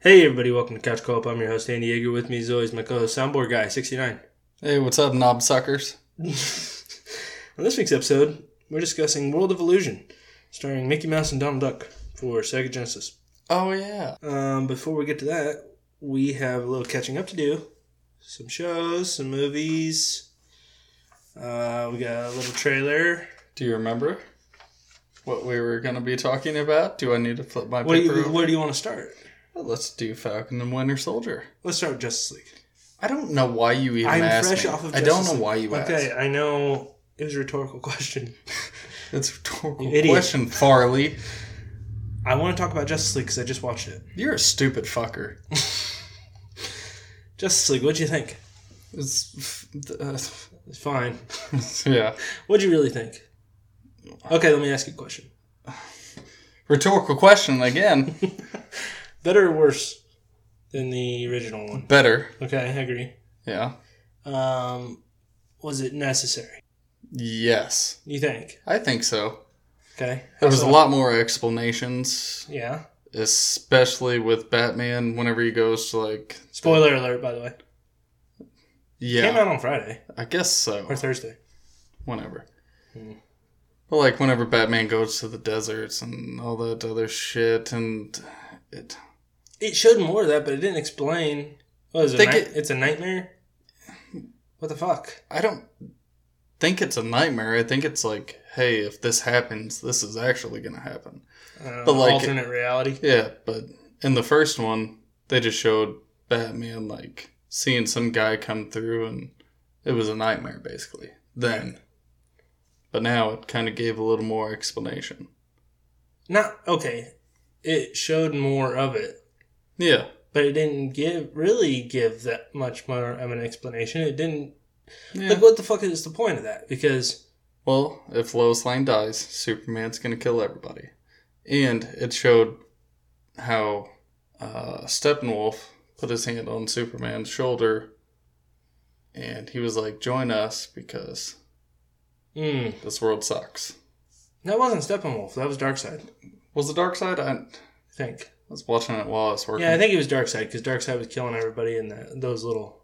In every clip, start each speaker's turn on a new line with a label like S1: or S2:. S1: Hey everybody, welcome to Couch Co-op. I'm your host Andy Yeager. With me as always my co-host Soundboard Guy 69.
S2: Hey, what's up, knob suckers?
S1: On this week's episode, we're discussing World of Illusion, starring Mickey Mouse and Donald Duck for Sega Genesis.
S2: Oh yeah,
S1: Um, before we get to that, we have a little catching up to do. Some shows, some movies. Uh, we got a little trailer.
S2: do you remember what we were gonna be talking about? Do I need to flip my
S1: What do
S2: paper?
S1: you,
S2: over?
S1: where do you want to start?
S2: Well, Let's do Falcon and Winter Soldier.
S1: Let's start with Justice League.
S2: I don't know why you even
S1: I'm
S2: asked
S1: fresh
S2: me.
S1: off of
S2: I don't
S1: Justice
S2: know
S1: League.
S2: why you
S1: Okay,
S2: asked.
S1: I know it was a rhetorical question.
S2: It's a rhetorical
S1: You idiot.
S2: question, Farley.
S1: I want to talk about Justice League because I just watched it.
S2: You're a stupid fucker.
S1: Justice League, what'd you think?
S2: It's
S1: It's fine.
S2: yeah.
S1: What'd you really think? Okay, let me ask you a question.
S2: Rhetorical question again.
S1: Better or worse than the original one?
S2: Better.
S1: Okay, I agree.
S2: Yeah.
S1: Um, was it necessary?
S2: Yes.
S1: You think?
S2: I think so.
S1: Okay.
S2: There was a
S1: Also-
S2: lot more explanations.
S1: Yeah.
S2: especially with Batman. Whenever he goes to like,
S1: Spoiler alert, by the way. Came
S2: yeah, Oh.
S1: out on Friday
S2: I guess so.
S1: or Thursday.
S2: Whenever,
S1: Hmm.
S2: but like whenever Batman goes to the deserts and all that other shit, and it
S1: It showed more of that, but it didn't explain. What is it?
S2: Think
S1: night-
S2: it-
S1: it's a nightmare. What the fuck?
S2: I don't think it's a nightmare. I think it's like, hey, if this happens, this is actually gonna happen.
S1: Uh,
S2: But, like,
S1: alternate reality.
S2: Yeah, but in the first one, they just showed Batman like seeing some guy come through, and it was a nightmare basically. Then, but now it kind of gave a little more explanation.
S1: Not okay. It showed more of it.
S2: Yeah,
S1: but it didn't give really give that much more of an explanation. It didn't
S2: yeah.
S1: like what the fuck is the point of that? Because
S2: Well, if Lois Lane dies, Superman's gonna kill everybody, and it showed how uh, Steppenwolf put his hand on Superman's shoulder, and he was like, "Join us because
S1: mm,
S2: this world sucks."
S1: that wasn't Steppenwolf. That was Darkseid. I
S2: Was the dark side? I
S1: think.
S2: was watching it while I was working.
S1: Yeah, I think it was Darkseid because Darkseid was killing everybody in that, those little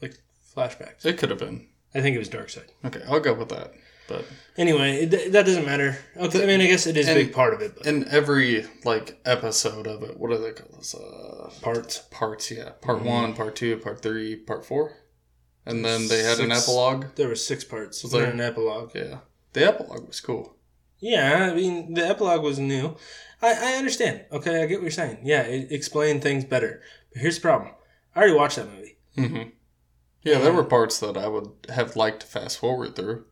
S1: like flashbacks.
S2: it could have been.
S1: I think it was Darkseid.
S2: Okay, I'll go with that. But
S1: Anyway, it, that doesn't matter. Okay, I mean, I guess it is a
S2: And-
S1: big part of it, but
S2: in every like episode of it, what do they call this? Uh,
S1: parts.
S2: parts, yeah. Part
S1: Mhm.
S2: one, part two, part three, part four, and then they had an
S1: Six.
S2: epilogue.
S1: There were six parts.
S2: Was
S1: and
S2: there-
S1: an epilogue.
S2: Yeah, the epilogue was cool.
S1: Yeah, I mean the epilogue was new. I, I understand. Okay, I get what you're saying. Yeah, it explained things better. But here's the problem. I already watched that movie.
S2: hmm Yeah, there were parts that I would have liked to fast forward through.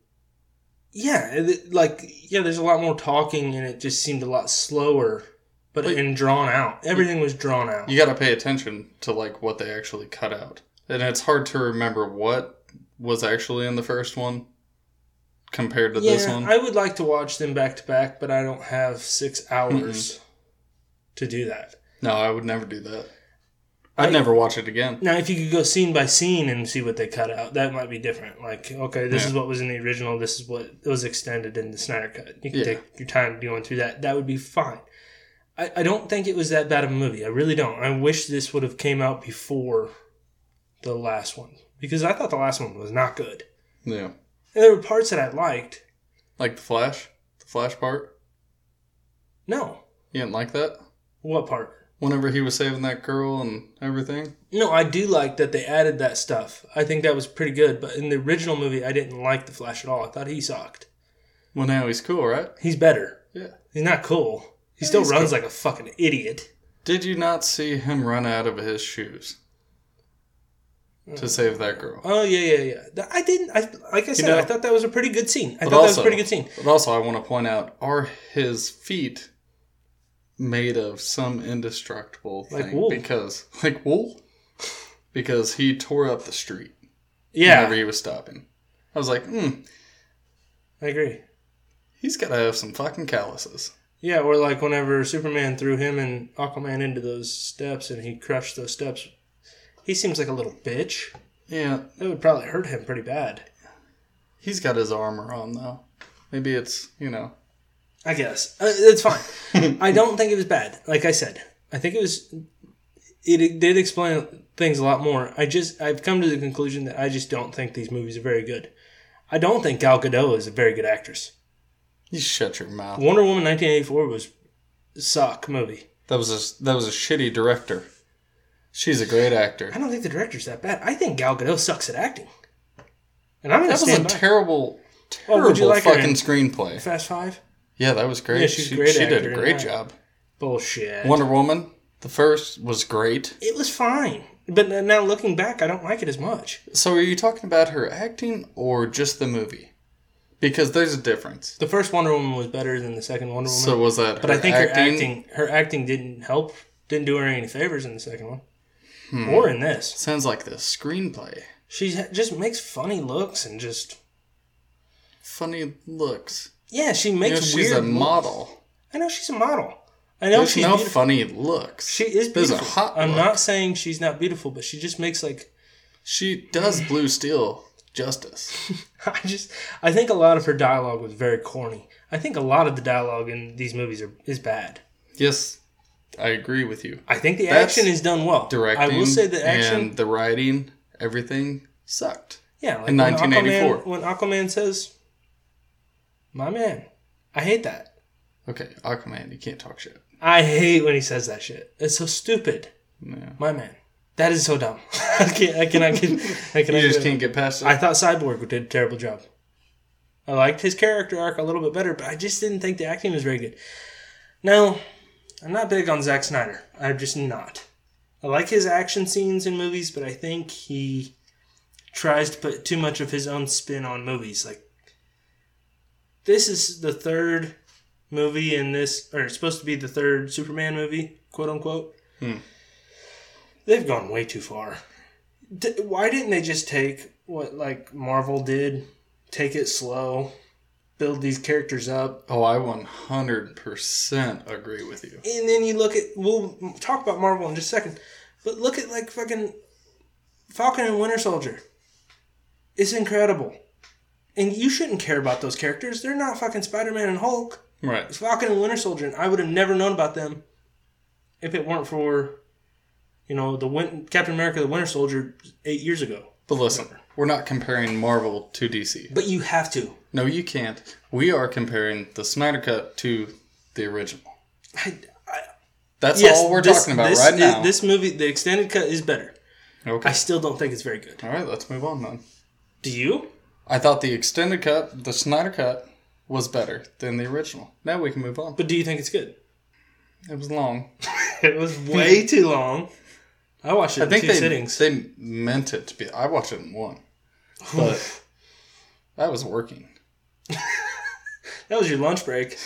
S1: Yeah, it- like yeah, there's a lot more talking and it just seemed a lot slower, but
S2: But-
S1: and drawn out. Everything was drawn out.
S2: You got to pay attention to like what they actually cut out, and it's hard to remember what was actually in the first one compared to
S1: yeah,
S2: this one.
S1: I would like to watch them back to back, but I don't have six hours to do that.
S2: No, I would never do that.
S1: I-
S2: I'd never watch it again.
S1: Now, if you could go scene by scene and see what they cut out, that might be different. Like, okay, this
S2: Yeah.
S1: is what was in the original. This is what was extended in the Snyder Cut. You can
S2: Yeah.
S1: take your time going through that. That would be fine. I, I don't think it was that bad of a movie. I really don't. I wish this would have came out before the last one because I thought the last one was not good.
S2: Yeah.
S1: And there were parts that I liked.
S2: Like the Flash? The Flash part?
S1: No,
S2: You didn't like that?
S1: what part?
S2: Whenever he was saving that girl and everything?
S1: No, I do like that they added that stuff. I think that was pretty good. But in the original movie, I didn't like the Flash at all. I thought he sucked.
S2: Well, now he's cool, right?
S1: He's better.
S2: Yeah.
S1: He's not cool. He
S2: Yeah,
S1: still
S2: he's
S1: runs like a fucking idiot.
S2: Did you not see him run out of his shoes
S1: Hmm.
S2: to save that girl?
S1: Oh yeah, yeah, yeah. Th- I didn't. I like I said.
S2: know-
S1: I thought that was a pretty good scene. I thought
S2: But
S1: that was a
S2: also-
S1: pretty good scene.
S2: But also, I want to point out are his feet made of some indestructible thing?
S1: Like wool.
S2: Because, like wool? Because he tore up the street
S1: Yeah,
S2: whenever he was stopping. I was like, hmm,
S1: I agree.
S2: he's got to have some fucking calluses.
S1: Yeah, or like whenever Superman threw him and Aquaman into those steps and he crushed those steps. He seems like a little bitch.
S2: Yeah,
S1: That would probably hurt him pretty bad.
S2: He's got his armor on though. Maybe it's you know.
S1: I guess uh, it's fine. I don't think it was bad. Like I said, I think it was. it, it did explain things a lot more. I just I've come to the conclusion that I just don't think these movies are very good. I don't think Gal Gadot is a very good actress.
S2: You shut your mouth.
S1: Wonder Woman 1984 was a suck movie.
S2: That was a that was a shitty director. She's a great actor.
S1: I don't think the director's that bad. I think Gal Gadot sucks at acting. And I'm gonna
S2: That was a
S1: stand by
S2: terrible,
S1: Oh,
S2: terrible
S1: would you like her
S2: fucking
S1: in-
S2: screenplay.
S1: Fast Five.
S2: Yeah, that was great.
S1: Yeah, she's a
S2: she
S1: great
S2: she did
S1: actor
S2: a
S1: in
S2: great
S1: that.
S2: job.
S1: Bullshit.
S2: Wonder Woman, the first was great.
S1: it was fine, but n- now looking back, I don't like it as much.
S2: So are you talking about her acting or just the movie? Because there's a difference.
S1: The first Wonder Woman was better than the second Wonder Woman.
S2: So was that?
S1: But
S2: her
S1: I think her acting her acting didn't help, didn't do her any favors in the second one,
S2: Hmm.
S1: or in this.
S2: sounds like the screenplay.
S1: She just makes funny looks and just
S2: Funny looks.
S1: yeah, she
S2: You know,
S1: makes
S2: she's
S1: weird.
S2: a
S1: looks.
S2: model.
S1: I know she's a model. I know
S2: There's
S1: she's
S2: no
S1: beautiful.
S2: funny looks.
S1: She is
S2: There's a
S1: beautiful.
S2: hot
S1: I'm
S2: look.
S1: not saying she's not beautiful, but she just makes like
S2: She does blue steel justice.
S1: I just I think a lot of her dialogue was very corny. I think a lot of the dialogue in these movies are is bad.
S2: yes, I agree with you.
S1: I think the
S2: That's
S1: action is done well.
S2: Directing,
S1: I will say the action
S2: and the writing, everything sucked.
S1: Yeah, like
S2: In
S1: when
S2: 1984.
S1: Aquaman, when Aquaman says, "My man," I hate that.
S2: Okay, Aquaman, you can't talk shit.
S1: I hate when he says that shit. It's so stupid.
S2: No.
S1: My man, that is so dumb. I can't. I cannot get. I
S2: You
S1: cannot.
S2: just
S1: get-
S2: can't get past it.
S1: I thought Cyborg did a terrible job. I liked his character arc a little bit better, but I just didn't think the acting was very good. No, I'm not big on Zack Snyder. I'm just not. I like his action scenes in movies, but I think he tries to put too much of his own spin on movies. Like this is the third movie in this, or it's supposed to be the third Superman movie, quote unquote.
S2: Hmm.
S1: They've gone way too far. D- why didn't they just take what like Marvel did, take it slow, build these characters up,
S2: oh, I 100% agree with you.
S1: and then you look at we'll talk about Marvel in just a second, but look at like fucking Falcon and Winter Soldier. It's incredible. And you shouldn't care about those characters. They're not fucking Spider Man and Hulk.
S2: Right.
S1: Falcon and Winter Soldier, and I would have never known about them if it weren't for, you know, the win- Captain America: The Winter Soldier eight years ago.
S2: But listen, we're not comparing Marvel to DC.
S1: But you have to.
S2: No, you can't. We are comparing the Snyder Cut to the original.
S1: I, I,
S2: That's
S1: yes,
S2: all we're
S1: this-
S2: talking about
S1: this
S2: right
S1: is-
S2: now.
S1: This movie, the extended cut, is better.
S2: okay.
S1: I still don't think it's very good.
S2: all right, let's move on then.
S1: Do you?
S2: I thought the extended cut, the Snyder cut, was better than the original. Now we can move on.
S1: But do you think it's good?
S2: It was long.
S1: It was way too long. I watched it
S2: I
S1: in
S2: think
S1: two
S2: they
S1: sittings.
S2: they meant it to be. I watched it in one, but that was working.
S1: that was your lunch break.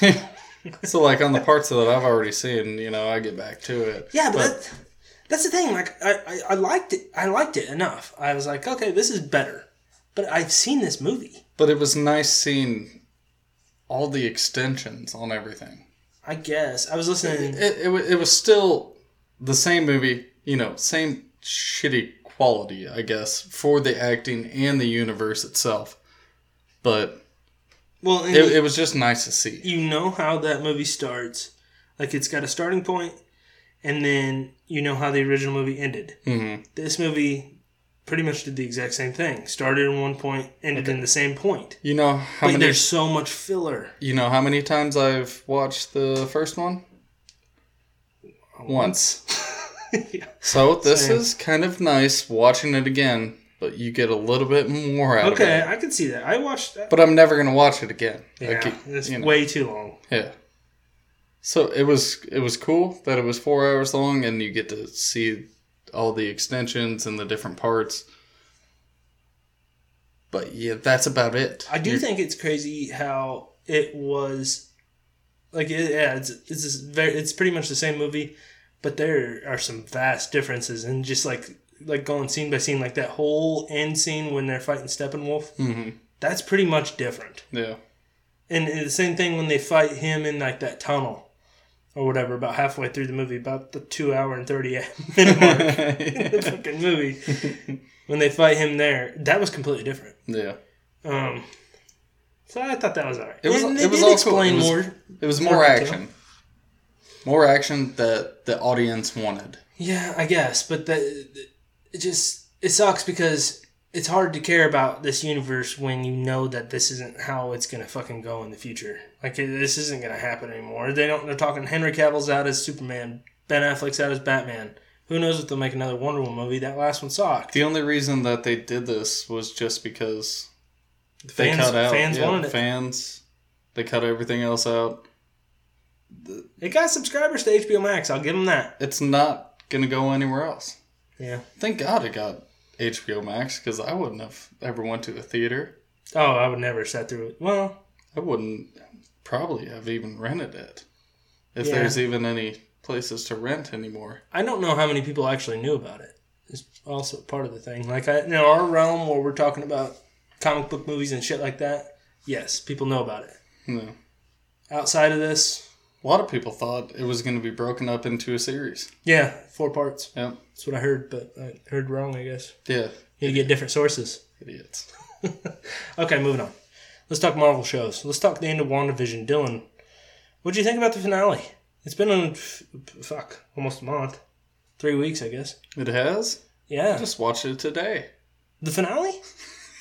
S2: So like on the parts that I've already seen, you know, I get back to it.
S1: Yeah, but, that, that's the thing. Like, I, I, I liked it. I liked it enough. I was like, okay, this is better. But I've seen this movie.
S2: but it was nice seeing all the extensions on everything.
S1: I guess I was listening.
S2: It it, wa- it was still the same movie, you know, same shitty quality, I guess, for the acting and the universe itself. But
S1: Well, and
S2: it, it was just nice to see.
S1: you know how that movie starts. Like, it's got a starting point, and then you know how the original movie ended.
S2: Mm-hmm.
S1: This movie pretty much did the exact same thing. Started in one point, ended in the same point.
S2: You know how
S1: But
S2: many
S1: there's so much filler.
S2: You know how many times I've watched the first one? Once.
S1: yeah.
S2: So this
S1: Same.
S2: is kind of nice watching it again, but you get a little bit more out
S1: Okay,
S2: of it.
S1: I can see that. I watched that.
S2: But I'm never gonna watch it again. I
S1: Yeah,
S2: keep-
S1: it's
S2: you know,
S1: way too long.
S2: yeah. So it was it was cool that it was four hours long, and you get to see all the extensions and the different parts. But yeah, that's about it.
S1: I do
S2: You're-
S1: think it's crazy how it was like it, yeah, it's it's just very it's pretty much the same movie, but there are some vast differences and just like like going scene by scene, like that whole end scene when they're fighting Steppenwolf,
S2: Mhm.
S1: that's pretty much different.
S2: Yeah.
S1: And, and the same thing when they fight him in like that tunnel or whatever, about halfway through the movie, about the two hour and thirty minute mark in the fucking movie, when they fight him there, that was completely different.
S2: yeah.
S1: Um, so I thought that was alright.
S2: It was-
S1: And
S2: it
S1: they
S2: was
S1: did
S2: all cool.
S1: explain
S2: It was-
S1: more.
S2: It was
S1: More
S2: more
S1: detail.
S2: action. More action that the audience wanted.
S1: Yeah, I guess, but the, it just it sucks because it's hard to care about this universe when you know that this isn't how it's gonna fucking go in the future. Like it, this isn't gonna happen anymore. They don't. They're talking Henry Cavill's out as Superman, Ben Affleck's out as Batman. Who knows if they'll make another Wonder Woman movie? That last one sucked.
S2: The only reason that they did this was just because they
S1: Fans,
S2: cut out
S1: fans
S2: yeah,
S1: wanted it.
S2: fans. They cut everything else out.
S1: It got subscribers to HBO Max. I'll give them that.
S2: It's not gonna go anywhere else.
S1: Yeah.
S2: Thank God it got HBO Max because I wouldn't have ever went to the theater.
S1: Oh, I would never have sat through it. Well,
S2: I wouldn't probably have even rented it if
S1: Yeah.
S2: there's even any places to rent anymore.
S1: I don't know how many people actually knew about it. It's also part of the thing. Like I, in our realm where we're talking about comic book movies and shit like that, yes, people know about it.
S2: No.
S1: Outside of this,
S2: Hmm. A lot of people thought it was going to be broken up into a series.
S1: yeah, four parts.
S2: Yep.
S1: That's what I heard, but I heard wrong, I guess.
S2: Yeah.
S1: You get different sources.
S2: Idiots.
S1: Okay, moving on. Let's talk Marvel shows. Let's talk the end of WandaVision. Dylan, what do you think about the finale? It's been on, f- fuck, almost a month. Three weeks, I guess.
S2: It has?
S1: Yeah.
S2: I just watched it today.
S1: The finale?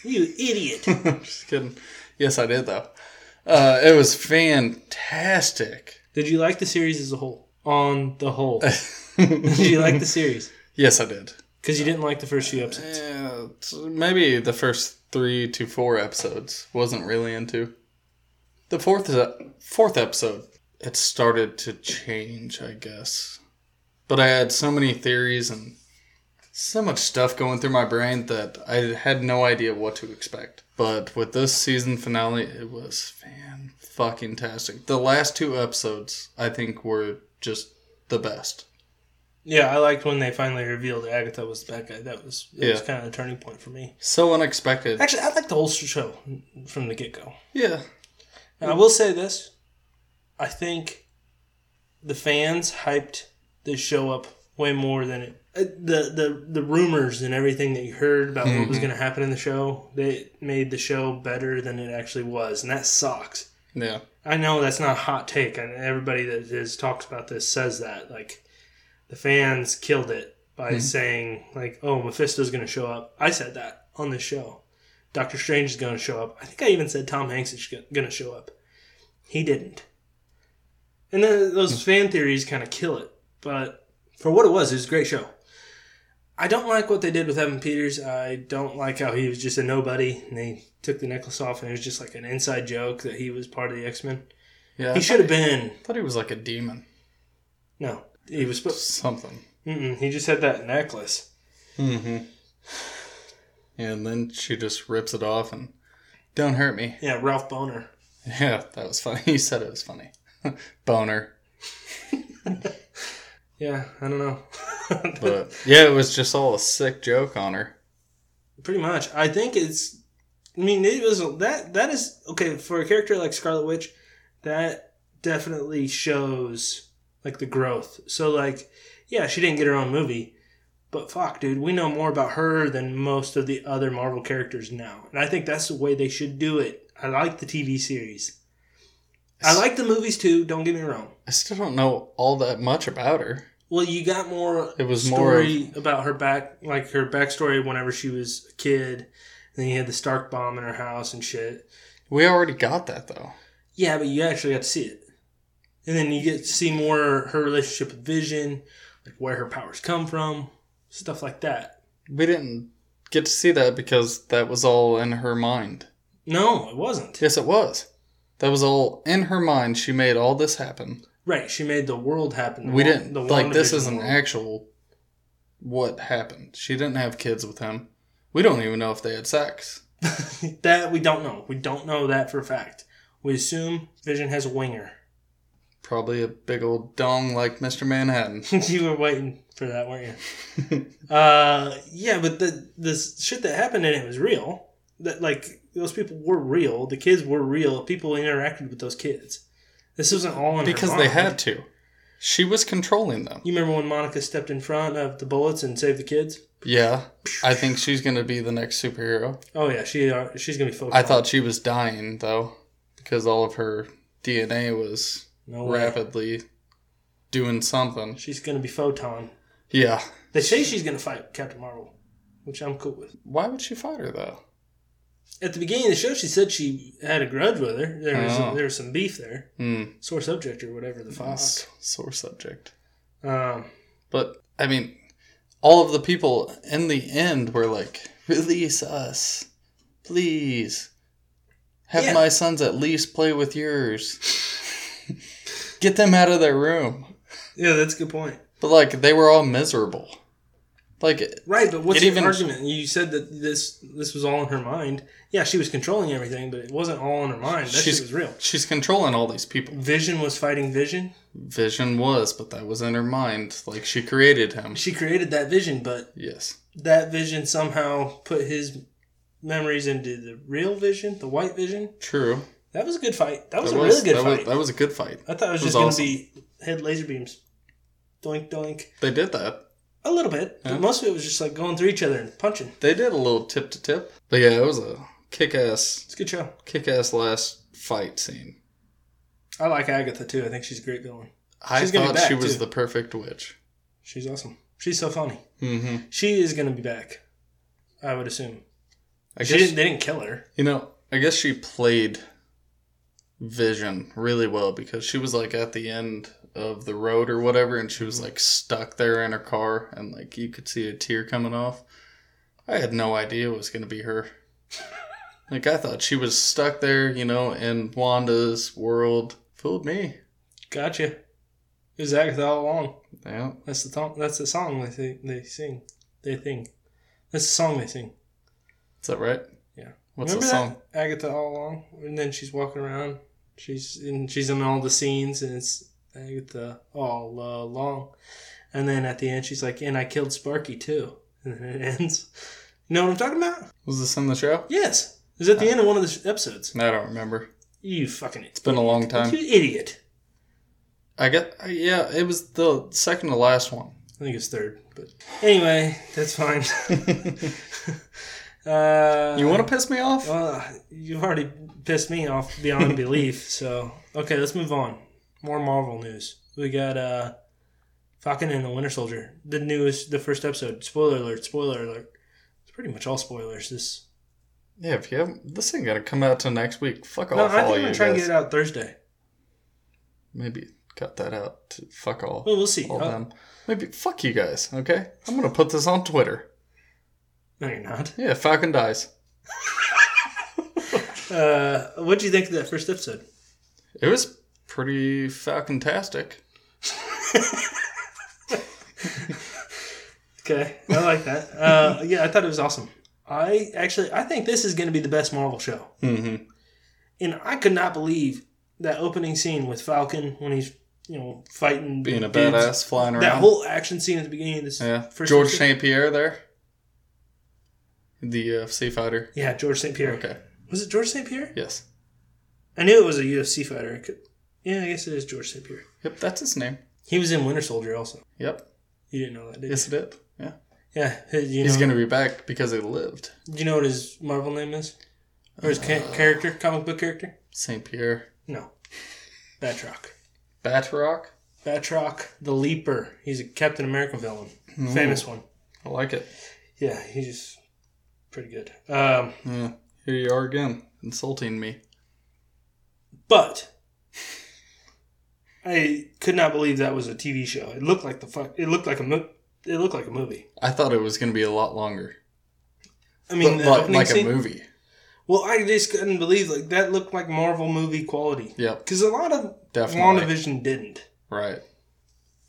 S1: You idiot.
S2: just kidding. Yes, I did, though. Uh, it was fantastic.
S1: Did you like the series as a whole? On the whole. Did you like the series?
S2: yes, I did.
S1: Because you didn't like the first few episodes.
S2: Yeah, it's- maybe the first three to four episodes wasn't really into. The fourth uh, fourth episode, it started to change, I guess. But I had so many theories and so much stuff going through my brain that I had no idea what to expect. But with this season finale, it was fan fucking tastic. The last two episodes, I think, were just the best.
S1: Yeah, I liked when they finally revealed that Agatha was the bad guy. That was, that was
S2: Yeah.
S1: kind of a turning point for me.
S2: So unexpected.
S1: Actually, I liked the whole show from the get go.
S2: Yeah.
S1: Now, I will say this. I think the fans hyped this show up way more than it. uh, The, the the rumors and everything that you heard about what was going to happen in the show, they made the show better than it actually was, and that sucks.
S2: Yeah.
S1: I know that's not a hot take, and everybody that has talks about this says that. Like, the fans killed it by saying, like, oh, Mephisto's going to show up. I said that on this show. Doctor Strange is going to show up. I think I even said Tom Hanks is going to show up. He didn't. And then those fan theories kind of kill it. But for what it was, it was a great show. I don't like what they did with Evan Peters. I don't like how he was just a nobody and they took the necklace off and it was just like an inside joke that he was part of the X Men.
S2: Yeah.
S1: He should have been.
S2: thought he was like a demon.
S1: No, he was. supposed.
S2: Something.
S1: Mm-mm, he just had that necklace.
S2: Mm-hmm. And then she just rips it off and don't hurt me.
S1: Yeah, Ralph Boner.
S2: Yeah, that was funny. You said it was funny. Boner.
S1: Yeah, I don't know.
S2: But yeah, it was just all a sick joke on her.
S1: Pretty much, I think it's. I mean, it was that. That is okay for a character like Scarlet Witch. That definitely shows like the growth. So like, yeah, she didn't get her own movie, but fuck, dude, we know more about her than most of the other Marvel characters now, and I think that's the way they should do it. I like the TV series. I like the movies too. Don't get me wrong.
S2: I still don't know all that much about her.
S1: Well, you got more
S2: It was more of,
S1: story about her back, like her backstory whenever she was a kid. And then you had the Stark bomb in her house and shit.
S2: We already got that though.
S1: Yeah, but you actually got to see it. And then you get to see more her relationship with Vision, like where her powers come from, stuff like that.
S2: We didn't get to see that because that was all in her mind.
S1: No, it wasn't.
S2: Yes, it was. That was all in her mind. She made all this happen.
S1: Right, she made the world happen. The
S2: we
S1: Wa-
S2: didn't like this
S1: WandaVision
S2: is an
S1: world.
S2: actual what happened she didn't have kids with him we don't even know if they had sex
S1: that we don't know. We don't know that for a fact. We assume Vision has a winger.
S2: probably a big old dong like mr manhattan
S1: you were waiting for that, weren't you? uh, yeah, but the the shit that happened in it was real. That like those people were real. The kids were real. People interacted with those kids. This wasn't all in her
S2: because they
S1: mind.
S2: had to she was controlling them
S1: You remember when Monica stepped in front of the bullets and saved the kids?
S2: yeah i think she's gonna be the next superhero
S1: Oh yeah, she uh, she's gonna be focused.
S2: i thought she was dying though because all of her dna was
S1: no way.
S2: rapidly doing something
S1: She's gonna be photon.
S2: Yeah.
S1: They say she's going to fight Captain Marvel, which I'm cool with.
S2: Why would she fight her though?
S1: At the beginning of the show, she said she had a grudge with her. There was,
S2: Oh.
S1: there was some beef there.
S2: Hmm.
S1: Sore subject or whatever the fuck.
S2: S- Sore subject.
S1: Um,
S2: But I mean, all of the people in the end were like, "Release us, please. Have
S1: Yeah.
S2: my sons at least play with yours. Get them out of their room."
S1: yeah, that's a good point.
S2: But like, they were all miserable. Like,
S1: Right, but what's
S2: It
S1: your
S2: even-
S1: argument? You said that this this was all in her mind. Yeah, she was controlling everything, but it wasn't all in her mind. That
S2: She's-
S1: shit was real.
S2: she's controlling all these people.
S1: Vision was fighting Vision.
S2: Vision was, but that was in her mind. Like, she created him.
S1: She created that vision, but
S2: Yes.
S1: that vision somehow put his memories into the real vision, the white vision.
S2: True.
S1: That was a good fight. That was a really good
S2: that
S1: fight.
S2: Was, that was a good fight.
S1: I thought it was,
S2: It
S1: just
S2: was
S1: going to
S2: awesome.
S1: be head laser beams. Doink, doink.
S2: They did that.
S1: A little bit,
S2: Yeah.
S1: but most of it was just like going through each other and punching.
S2: They did a little tip to tip. But yeah, it was a kick ass
S1: It's a good show.
S2: kick ass last fight scene.
S1: I like Agatha too. I think she's a great villain.
S2: I
S1: She's gonna be
S2: thought
S1: back,
S2: she was
S1: too.
S2: the perfect witch.
S1: She's awesome. She's so funny.
S2: Mm-hmm.
S1: She is going to be back, I would assume.
S2: I
S1: She
S2: guess
S1: didn't, they didn't kill her.
S2: you know. I guess she played Vision really well because she was like at the end of the road or whatever, and she
S1: Mm-hmm.
S2: was like stuck there in her car, and like you could see a tear coming off. I had no idea it was gonna be her. like I thought she was stuck there, you know, in Wanda's world. Fooled me.
S1: Gotcha. It was Agatha all along.
S2: Yeah.
S1: That's the thong that's the song they thi- they sing. They thing. That's the song they sing.
S2: Is that right?
S1: Yeah.
S2: What's
S1: Remember
S2: the song?
S1: that? Agatha all along, and then she's walking around. She's in she's in all the scenes, and it's Agatha all along. And then at the end, she's like, "And I killed Sparky too." And then it ends. You know what I'm talking about?
S2: Was this in the show?
S1: Yes, it was at the end of one of the sh- episodes.
S2: I don't remember.
S1: You fucking it's
S2: Uh, It's been a long time.
S1: You idiot.
S2: I got I- yeah. It was the second to last one.
S1: I think it's third, but anyway, that's fine. uh,
S2: You want to piss me off?
S1: Well, you've already pissed me off beyond belief. So, okay, let's move on. More Marvel news. We got uh, Falcon and the Winter Soldier. The newest, the first episode. Spoiler alert! Spoiler alert! It's pretty much all spoilers. This.
S2: Yeah. If you haven't, this ain't gonna come out till next week. Fuck
S1: no, I
S2: off,
S1: think I'm
S2: all
S1: gonna
S2: you
S1: try and
S2: guys.
S1: get it out Thursday.
S2: Maybe cut that out. To fuck all.
S1: Well, we'll see.
S2: All
S1: Oh,
S2: them. Maybe fuck you guys. Okay. I'm gonna put this on Twitter.
S1: no, you're not.
S2: Yeah. Falcon dies.
S1: Uh, what would you think of that first episode?
S2: It was pretty fucking tastic.
S1: Okay, I like that. Uh, yeah, I thought it was awesome. I actually, I think this is going to be the best Marvel show.
S2: Mm-hmm.
S1: and I could not believe that opening scene with Falcon when he's you know fighting
S2: Being a
S1: dudes.
S2: badass, flying around.
S1: That whole action scene at the beginning of this.
S2: yeah.
S1: first
S2: George
S1: episode-
S2: St. Pierre there. The UFC fighter.
S1: Yeah, George St. Pierre.
S2: Okay.
S1: Was it George St. Pierre?
S2: Yes.
S1: I knew it was a UFC fighter. I could, yeah, I guess it is George St. Pierre.
S2: Yep, that's his name.
S1: He was in Winter Soldier also.
S2: Yep.
S1: You didn't know that, did you?
S2: Yes, it did. Yeah.
S1: Yeah. his- You know,
S2: He's going to be back because he lived.
S1: Do you know what his Marvel name is? Or his
S2: Uh,
S1: ca- character, comic book character?
S2: St. Pierre.
S1: No. Batroc.
S2: Batroc.
S1: Batroc the Leaper. He's a Captain America villain. Famous one.
S2: I like it.
S1: Yeah, he's pretty good. Um,
S2: Yeah. Here you are again, insulting me.
S1: But I could not believe that was a TV show. It looked like the fuck. It looked like a mo- It looked like a movie.
S2: I thought it was going to be a lot longer.
S1: I mean,
S2: But
S1: the
S2: like-
S1: opening
S2: like
S1: scene.
S2: a movie.
S1: Well, I just couldn't believe like that looked like Marvel movie quality.
S2: Yep,
S1: Because a lot of
S2: definitely.
S1: WandaVision didn't,
S2: Right.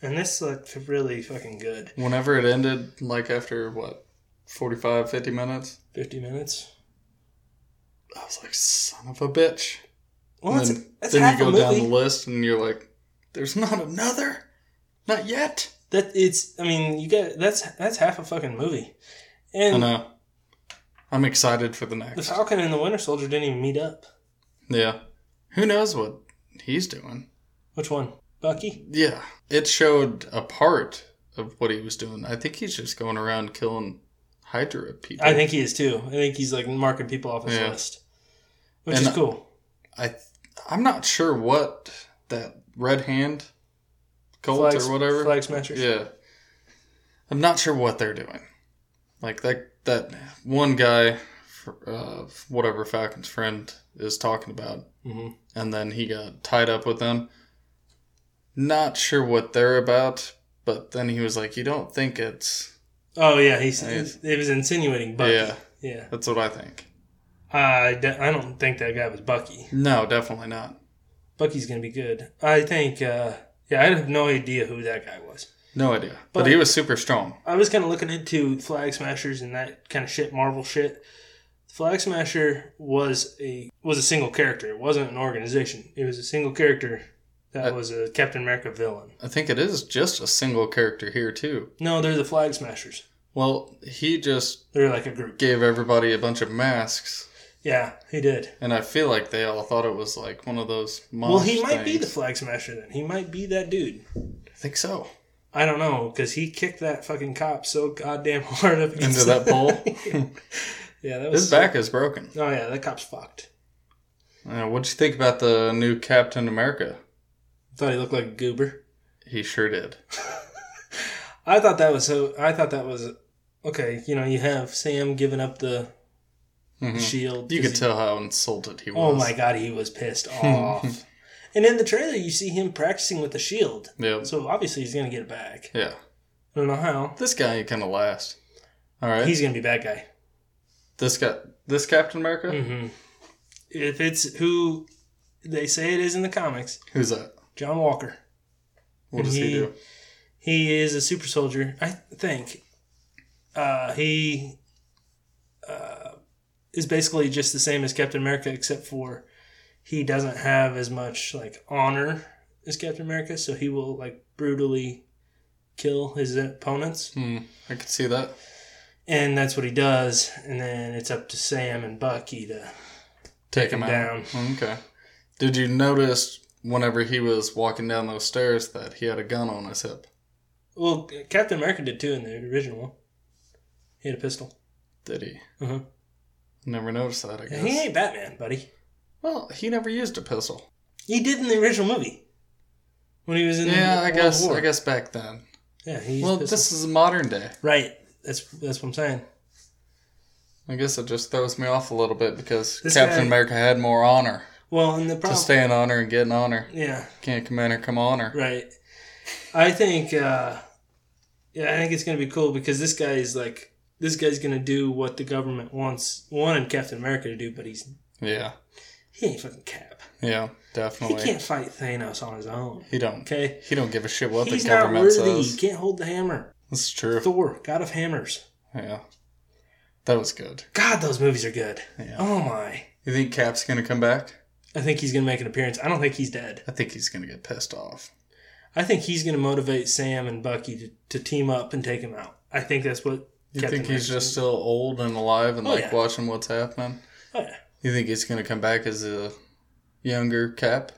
S1: and this looked really fucking good.
S2: Whenever it ended, like after what, 45, 50 minutes,
S1: Fifty minutes.
S2: I was like, son of a bitch.
S1: Well,
S2: And
S1: that's,
S2: then
S1: that's
S2: then
S1: half
S2: you
S1: a
S2: go down the
S1: movie.
S2: list and you're like, there's not another. Not yet.
S1: That it's. I mean, you got that's that's half a fucking movie,
S2: I
S1: and
S2: know. I'm excited for the
S1: the
S2: next.
S1: Falcon and the Winter Soldier didn't even meet up.
S2: Yeah. Who knows what he's doing?
S1: Which one, Bucky?
S2: Yeah. It showed a part of what he was doing. I think he's just going around killing Hydra people.
S1: I think he is too. I think he's like marking people off his
S2: Yeah.
S1: list, which
S2: And-
S1: is cool.
S2: I I'm not sure what that red hand cult
S1: Flags-
S2: or whatever.
S1: flag smashers.
S2: Yeah. I'm not sure what they're doing. Like that that one guy, uh, whatever Falcon's friend is talking about,
S1: Mhm.
S2: and then he got tied up with them. Not sure what they're about, but then he was like, "You don't think it's
S1: Oh yeah, he's
S2: Nice.
S1: it was insinuating Bucky.
S2: yeah."
S1: Yeah, yeah.
S2: That's what I think.
S1: I d- I don't think that guy was Bucky.
S2: No, definitely not.
S1: Bucky's gonna be good. I think. Uh, yeah, I have no idea who that guy was.
S2: No idea. But,
S1: But-
S2: he was super strong.
S1: I was kind of looking into Flag Smashers and that kind of shit, Marvel shit. Flag Smasher was a was a single character. It wasn't an organization. It was a single character that
S2: Uh,
S1: was a Captain America villain.
S2: I think it is just a single character here too.
S1: No, they're the Flag Smashers.
S2: Well, he just
S1: They're like a group.
S2: gave everybody a bunch of masks,
S1: Yeah, he did.
S2: and I feel like they all thought it was like one of those. Mosh
S1: Well, he might be the
S2: things.
S1: Flag Smasher then. He might be that dude.
S2: I think so.
S1: I don't know because he kicked that fucking cop so goddamn hard up
S2: Into
S1: against
S2: that pole.
S1: yeah, that
S2: His
S1: was.
S2: back is broken.
S1: Oh yeah, that cop's fucked.
S2: Uh, what'd you think about the new Captain America?
S1: Thought he looked like a goober.
S2: He sure did.
S1: I thought that was so. I thought that was okay. You know, you have Sam giving up the
S2: Mhm.
S1: shield.
S2: You
S1: 'cause
S2: could tell how insulted he
S1: he-
S2: was.
S1: Oh my god, he was pissed off. and in the trailer, you see him practicing with the shield.
S2: Yep.
S1: So obviously, he's gonna get it back.
S2: Yeah.
S1: I don't know how.
S2: This guy kind of last. All right.
S1: He's gonna be bad guy.
S2: this guy. This Captain America.
S1: hmm If it's who they say it is in the comics,
S2: Who's that?
S1: John Walker.
S2: What does he,
S1: He-
S2: do?
S1: He is a super soldier, I think. Uh, he uh, is basically just the same as Captain America, except for he doesn't have as much like honor as Captain America, so he will like brutally kill his opponents,
S2: Hmm. I could see that.
S1: and that's what he does. And then it's up to Sam and Bucky to
S2: Take him
S1: him
S2: out.
S1: down.
S2: Okay. Did you notice whenever he was walking down those stairs that he had a gun on his hip?
S1: Well, Captain America did too in the original one. He had a pistol.
S2: Did he?
S1: Uh-huh.
S2: Never noticed that. I guess.
S1: He ain't Batman, buddy.
S2: well, he never used a pistol.
S1: He did in the original movie when he was in.
S2: Yeah, I
S1: World
S2: guess.
S1: War.
S2: I guess back then.
S1: Yeah, he's
S2: well,
S1: pistol.
S2: this is modern day.
S1: right. That's that's what I'm saying.
S2: I guess it just throws me off a little bit because
S1: This
S2: Captain
S1: guy-
S2: America had more honor
S1: Well, and the
S2: to
S1: problem.
S2: stay in honor and get in honor.
S1: yeah,
S2: Can't come in or come honor.
S1: right. I think. uh Yeah, I think it's gonna be cool because this guy is like this guy's gonna do what the government wants wanted Captain America to do, but he's
S2: Yeah,
S1: he ain't fucking Cap.
S2: Oh, yeah,
S1: He
S2: definitely. He,
S1: can't fight Thanos on his own.
S2: don't.
S1: Okay,
S2: He don't give a shit what
S1: he's
S2: the
S1: not
S2: government
S1: worthy. He
S2: says.
S1: can't hold the hammer.
S2: That's true.
S1: Thor, God of Hammers.
S2: Yeah, that was good.
S1: God, those movies are good.
S2: Yeah.
S1: Oh my.
S2: You think Cap's gonna come back?
S1: I think he's going to make an appearance. I don't think he's dead.
S2: I think he's gonna get pissed off.
S1: I think he's going to motivate Sam and Bucky to, to team up and take him out. I think that's what.
S2: You
S1: Captain
S2: think
S1: America's
S2: he's just still old and alive and
S1: Oh,
S2: like
S1: yeah.
S2: watching what's happening?
S1: Oh, yeah.
S2: You think he's gonna come back as a younger Cap?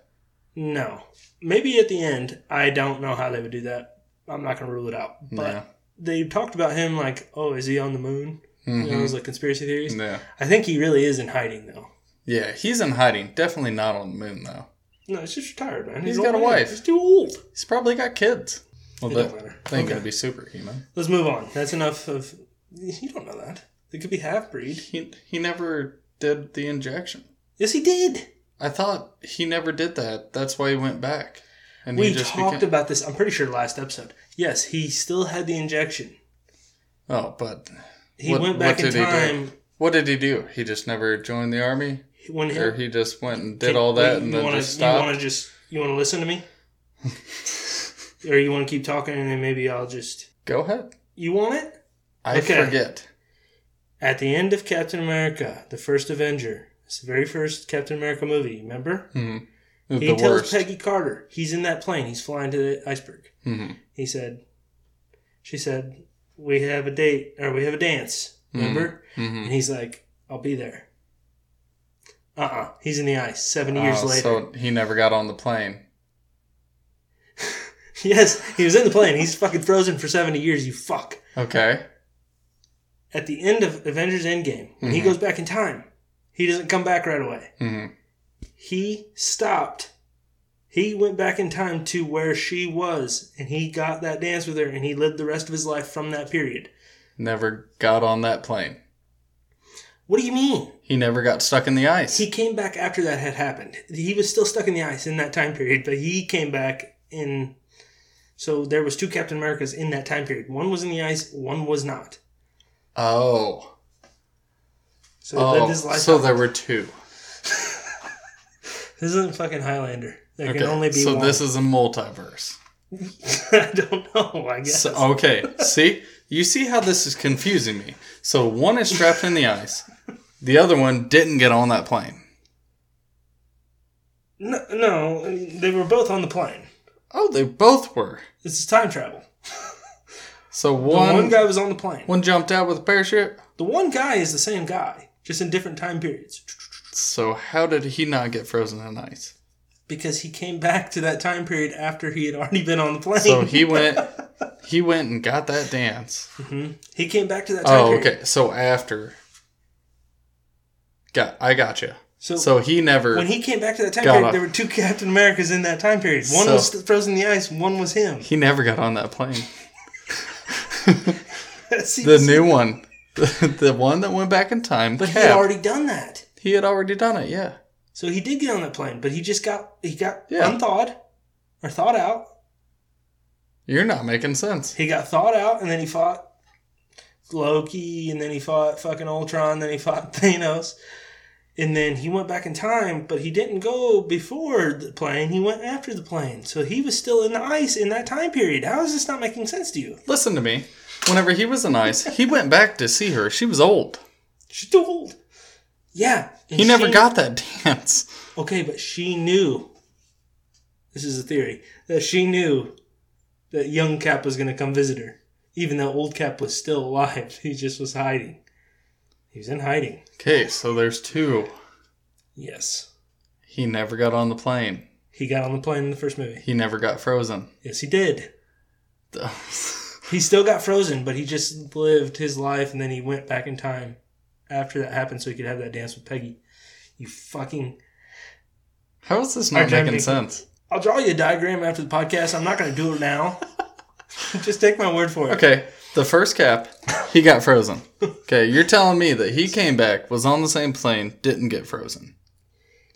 S1: No. Maybe at the end. I don't know how they would do that. I'm not going to rule it out. But
S2: Yeah.
S1: they talked about him like, oh, is he on the moon? You know,
S2: Mhm.
S1: those like conspiracy theories.
S2: Yeah.
S1: I think he really is in hiding, though.
S2: Yeah, he's in hiding. Definitely not on the moon though.
S1: No, he's just retired, man.
S2: He's
S1: an
S2: got
S1: old
S2: a
S1: man.
S2: wife.
S1: He's too old.
S2: He's probably got kids. Well,
S1: It
S2: that,
S1: don't matter.
S2: they ain't
S1: Okay.
S2: gonna be superhuman.
S1: Let's move on. That's enough of. You don't know that. They could be half breed.
S2: He he never did the injection.
S1: Yes, he did.
S2: I thought he never did that. That's why he went back. And
S1: we
S2: he just
S1: talked
S2: became,
S1: about this. I'm pretty sure last episode. Yes, he still had the injection.
S2: Oh, but
S1: He
S2: What-
S1: went back
S2: what
S1: in
S2: did he do?
S1: time
S2: what did he do? He just never joined the army?
S1: when he
S2: Or he just went and did all that and then
S1: wanna,
S2: just
S1: You want
S2: stopped?
S1: to just you want to listen to me, or you want to keep talking and then maybe I'll just
S2: Go ahead.
S1: you want it
S2: I
S1: Okay.
S2: forget.
S1: at the end of Captain America, the first Avenger. It's the very first Captain America movie. Remember?
S2: hmm
S1: He
S2: the
S1: tells
S2: worst.
S1: Peggy Carter he's in that plane. He's flying to the iceberg.
S2: hmm
S1: he said she said we have a date or we have a dance remember
S2: mhm.
S1: and he's like i'll be there uh-uh he's in the ice seven years
S2: Oh,
S1: later
S2: So he never got on the plane.
S1: yes he was in the plane he's fucking frozen for 70 years you fuck
S2: Okay.
S1: at the end of avengers endgame when he
S2: Mhm.
S1: goes back in
S2: Mm-hmm.
S1: time he doesn't come back right away
S2: hmm
S1: he stopped He went back in time to where she was, and he got that dance with her, and he lived the rest of his life from that period.
S2: Never got on that plane.
S1: What do you mean?
S2: He never got stuck in the ice.
S1: He came back after that had happened. He was still stuck in the ice in that time period, but he came back in. So there was two Captain Americas in that time period. One was in the ice, one was not.
S2: oh.
S1: So he
S2: Oh.
S1: lived his life.
S2: so there were two.
S1: this isn't fucking Highlander. There
S2: Okay.
S1: can only be
S2: so
S1: one.
S2: this is a multiverse.
S1: I don't know. I guess.
S2: So, um, okay. see? You see how this is confusing me. So one is trapped in the ice. The other one didn't get on that plane.
S1: No, no, they were both on the plane.
S2: Oh, they both were.
S1: It's time travel.
S2: So
S1: The
S2: one
S1: one, guy was on the plane.
S2: one jumped out with a parachute.
S1: The one guy is the same guy, just in different time periods.
S2: So how did he not get frozen in ice?
S1: Because he came back to that time period after he had already been on the plane.
S2: So he went he went and got that dance.
S1: hmm He came back to that time
S2: Oh,
S1: period.
S2: okay. So after Got I got you.
S1: So,
S2: So he never
S1: when he came back to that time
S2: Got
S1: period,
S2: up.
S1: there were two Captain Americas in that time period. One
S2: So-
S1: was was frozen in the ice, one was him.
S2: he never got on that plane.
S1: See,
S2: The
S1: see,
S2: new one. The, the one that went back in time.
S1: but
S2: Cap,
S1: he had already done that.
S2: already done it, yeah.
S1: So he did get on that plane, but he just got he got
S2: Yeah.
S1: unthawed or thawed out.
S2: You're not making sense.
S1: He got thawed out, and then he fought Loki, and then he fought fucking Ultron, then he fought Thanos, and then he went back in time, but he didn't go before the plane. He went after the plane, so he was still in the ice in that time period. How is this not making sense to you?
S2: Listen to me. Whenever he was in ice, he went back to see her. She was old.
S1: She's too old. Yeah, and
S2: He never
S1: she-
S2: got that dance.
S1: Okay, but she knew. This is a theory that she knew that young Cap was going to come visit her, even though old Cap was still alive. He just was hiding. He was in hiding.
S2: Okay, so there's two.
S1: Yes,
S2: He never got on the plane.
S1: he got on the plane in the first movie.
S2: He never got frozen.
S1: Yes, he did.
S2: so
S1: He still got frozen, but he just lived his life, and then he went back in time after that happened, so he could have that dance with Peggy. You fucking
S2: how is this
S1: Our
S2: not
S1: Jen
S2: making
S1: Beacon.
S2: sense?
S1: I'll draw you a diagram after the podcast. I'm not going to do it now. Just take my word for it.
S2: Okay, the first cap, he got frozen. Okay, you're telling me that he came back, was on the same plane, didn't get frozen.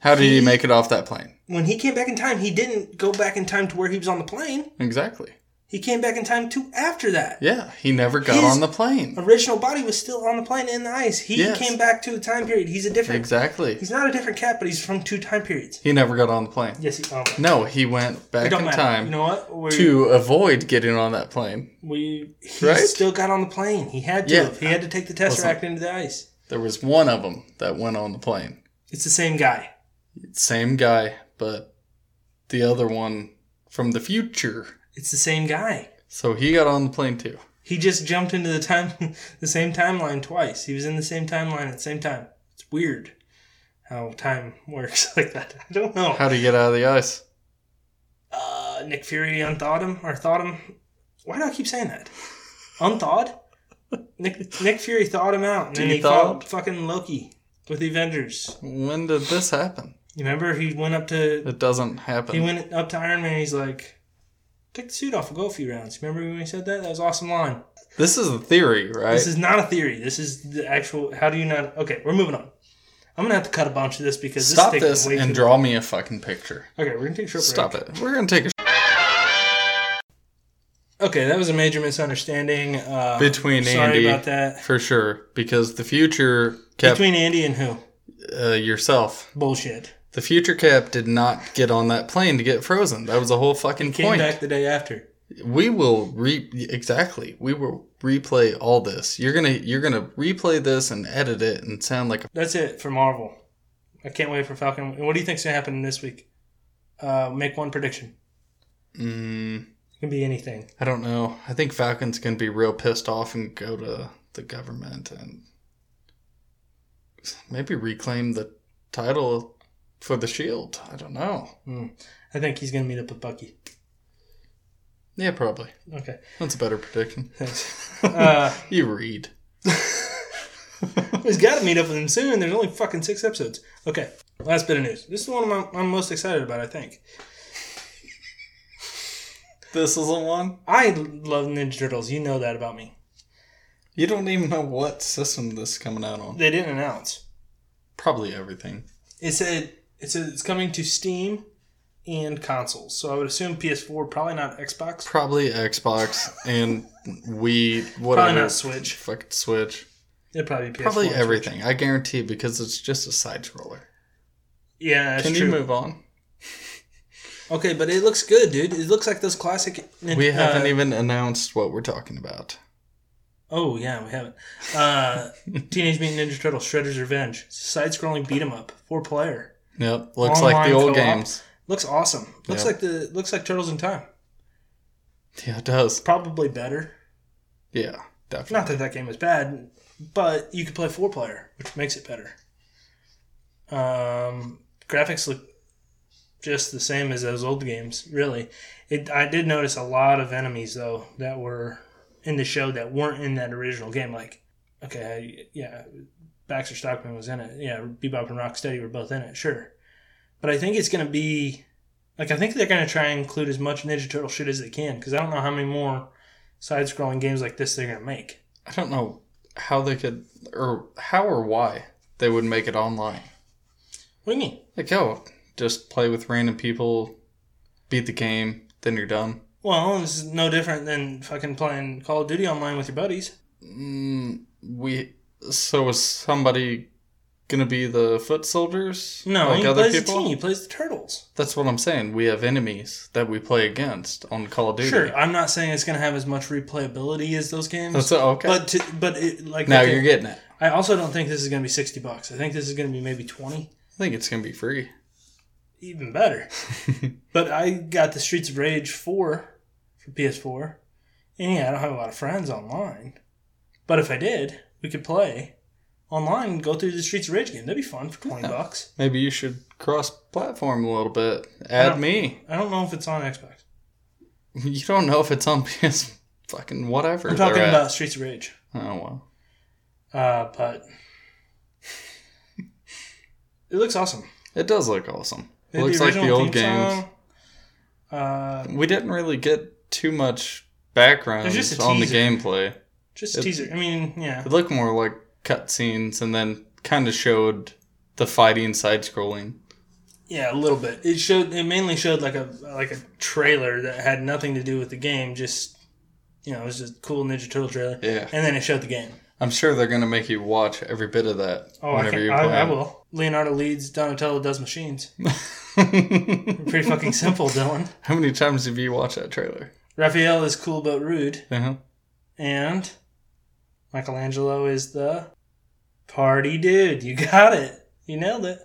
S2: How did he make it off that plane?
S1: When he came back in time, he didn't go back in time to where he was on the plane.
S2: Exactly.
S1: He came back in time to after that.
S2: Yeah, he never got
S1: His-
S2: on the plane.
S1: Original body was still on the plane in the ice. He
S2: Yes.
S1: came back to a time period. He's a different.
S2: Exactly.
S1: He's not a different cat, but he's from two time periods.
S2: He never got on the plane.
S1: Yes, he. Oh,
S2: No, he went
S1: it
S2: back
S1: don't
S2: in
S1: matter.
S2: time
S1: You know what? We,
S2: to avoid getting on that plane.
S1: We. He
S2: Right?
S1: still got on the plane. He had to.
S2: Yeah.
S1: have. He had to take the
S2: Listen.
S1: tesseract into the ice.
S2: There was one of them that went on the plane.
S1: It's the same guy.
S2: Same guy, but the other one from the future.
S1: It's the same guy.
S2: So he got on the plane too.
S1: He just jumped into the time, the same timeline twice. He was in the same timeline at the same time. It's weird how time works like that. I don't know.
S2: How'd he get out of the ice?
S1: Uh, Nick Fury unthawed him or thawed him. Why do I keep saying that? Unthawed. Nick Nick Fury thawed him out, and then he fought
S2: Dethawed?
S1: fucking Loki with the Avengers.
S2: When did this happen?
S1: You remember he went up to
S2: It doesn't
S1: he
S2: happen.
S1: went up to Iron Man. and He's like, "Take the suit off. We'll go a few rounds." Remember when he said that? That was an awesome line.
S2: this is a theory, right?
S1: This is not a theory. This is the actual. How do you not? Okay, we're moving on. I'm gonna have to cut a bunch of this because
S2: Stop
S1: this, is taking
S2: this
S1: way too-
S2: and draw me a fucking picture.
S1: Okay, we're gonna take a short break.
S2: Stop it. We're gonna take a sh-
S1: Okay, that was a major misunderstanding. Uh,
S2: between
S1: sorry
S2: Andy
S1: about that.
S2: for sure because the future cap
S1: Between Andy and who?
S2: uh, yourself.
S1: Bullshit.
S2: The future cap did not get on that plane to get frozen. That was the whole fucking
S1: Came
S2: point.
S1: back the day after.
S2: We will re exactly. We will replay all this. You're gonna you're gonna replay this and edit it and sound like a
S1: That's it for Marvel. I can't wait for Falcon. What do you think's gonna happen this week? Uh, make one prediction.
S2: mm,
S1: It can be anything.
S2: I don't know. I think Falcon's gonna be real pissed off and go to the government and maybe reclaim the title for the Shield. I don't know.
S1: I think he's gonna meet up with Bucky.
S2: Yeah, probably.
S1: Okay,
S2: That's a better prediction.
S1: thanks. uh,
S2: You read.
S1: He's got to meet up with him soon. There's only fucking six episodes. Okay, last bit of news. This is one of my, I'm most excited about, I think.
S2: This is the one.
S1: I love Ninja Turtles. You know that about me.
S2: You don't even know what system this is coming out on.
S1: They didn't announce.
S2: Probably everything.
S1: It said it said it's coming to Steam and consoles. So I would assume PS4, probably not Xbox.
S2: Probably Xbox and Wii. Whatever.
S1: Probably not Switch.
S2: Fuck Switch.
S1: It'd probably be PS4.
S2: Probably
S1: and Switch.
S2: everything. I guarantee because it's just a side scroller.
S1: Yeah, that's
S2: Can
S1: true.
S2: you move on?
S1: Okay, but it looks good, dude. It looks like those classic.
S2: We haven't
S1: uh,
S2: even announced what we're talking about.
S1: Oh yeah, we haven't. Uh, Teenage Mutant Ninja Turtles: Shredder's Revenge, side-scrolling beat 'em up, four-player.
S2: Yep. Looks like
S1: Online
S2: the old
S1: co-op.
S2: games.
S1: Looks awesome. Looks
S2: Yeah.
S1: like the looks like Turtles in Time.
S2: Yeah, it does.
S1: Probably better.
S2: Yeah, definitely.
S1: Not that that game is bad, but you can play four-player, which makes it better. Um, graphics look just the same as those old games. Really, it. I did notice a lot of enemies though that were in the show that weren't in that original game. Like, okay, I- yeah, Baxter Stockman was in it. Yeah, Bebop and Rocksteady were both in it. Sure, but I think it's gonna be like I think they're gonna try and include as much Ninja Turtle shit as they can because I don't know how many more side-scrolling games like this they're gonna make.
S2: I don't know how they could, or how or why they would make it online.
S1: What do you mean?
S2: Like, oh, just play with random people, beat the game, then you're done.
S1: Well, it's no different than fucking playing Call of Duty online with your buddies.
S2: Mm, we so is somebody gonna be the foot soldiers?
S1: No, he plays the team. He plays the turtles.
S2: That's what I'm saying. We have enemies that we play against on Call of Duty.
S1: Sure, um, I'm not saying it's gonna have as much replayability as those games,
S2: That's oh, okay.
S1: but to, but it, like
S2: now
S1: okay,
S2: you're getting it.
S1: I also don't think this is gonna be sixty bucks. I think this is gonna be maybe twenty,
S2: I think it's gonna be free.
S1: even better. but I got the Streets of Rage four for PS4, and yeah, I don't have a lot of friends online. But if I did, we could play online and go through the Streets of Rage game. That'd be fun for twenty
S2: Yeah.
S1: bucks.
S2: Maybe you should cross platform a little bit. Add
S1: don't-
S2: me.
S1: I don't know if it's on Xbox.
S2: You don't know if it's on PS fucking whatever.
S1: I'm talking
S2: they're at.
S1: about Streets of Rage.
S2: Oh well.
S1: Uh, but it looks awesome.
S2: It does look awesome.
S1: They had
S2: looks like the
S1: original
S2: old
S1: theme
S2: games.
S1: song. Uh,
S2: We didn't really get too much background
S1: There's just a
S2: on the
S1: teaser.
S2: gameplay.
S1: just a
S2: It-
S1: teaser. I mean, yeah,
S2: It looked more like cutscenes and then kind of showed the fighting side scrolling.
S1: yeah, a little bit. It showed. It mainly showed like a like a trailer that had nothing to do with the game. Just you know, it was just a cool Ninja Turtle trailer.
S2: Yeah.
S1: And then it showed the game.
S2: I'm sure they're going to make you watch every bit of that
S1: Oh, I,
S2: whenever
S1: can,
S2: you
S1: I,
S2: play.
S1: I will. Leonardo leads. Donatello does machines.
S2: will.
S1: Pretty fucking simple, Dylan.
S2: How many times have you watched that trailer?
S1: Raphael is cool but rude,
S2: Uh-huh.
S1: and Michelangelo is the party dude. You got it. You nailed it.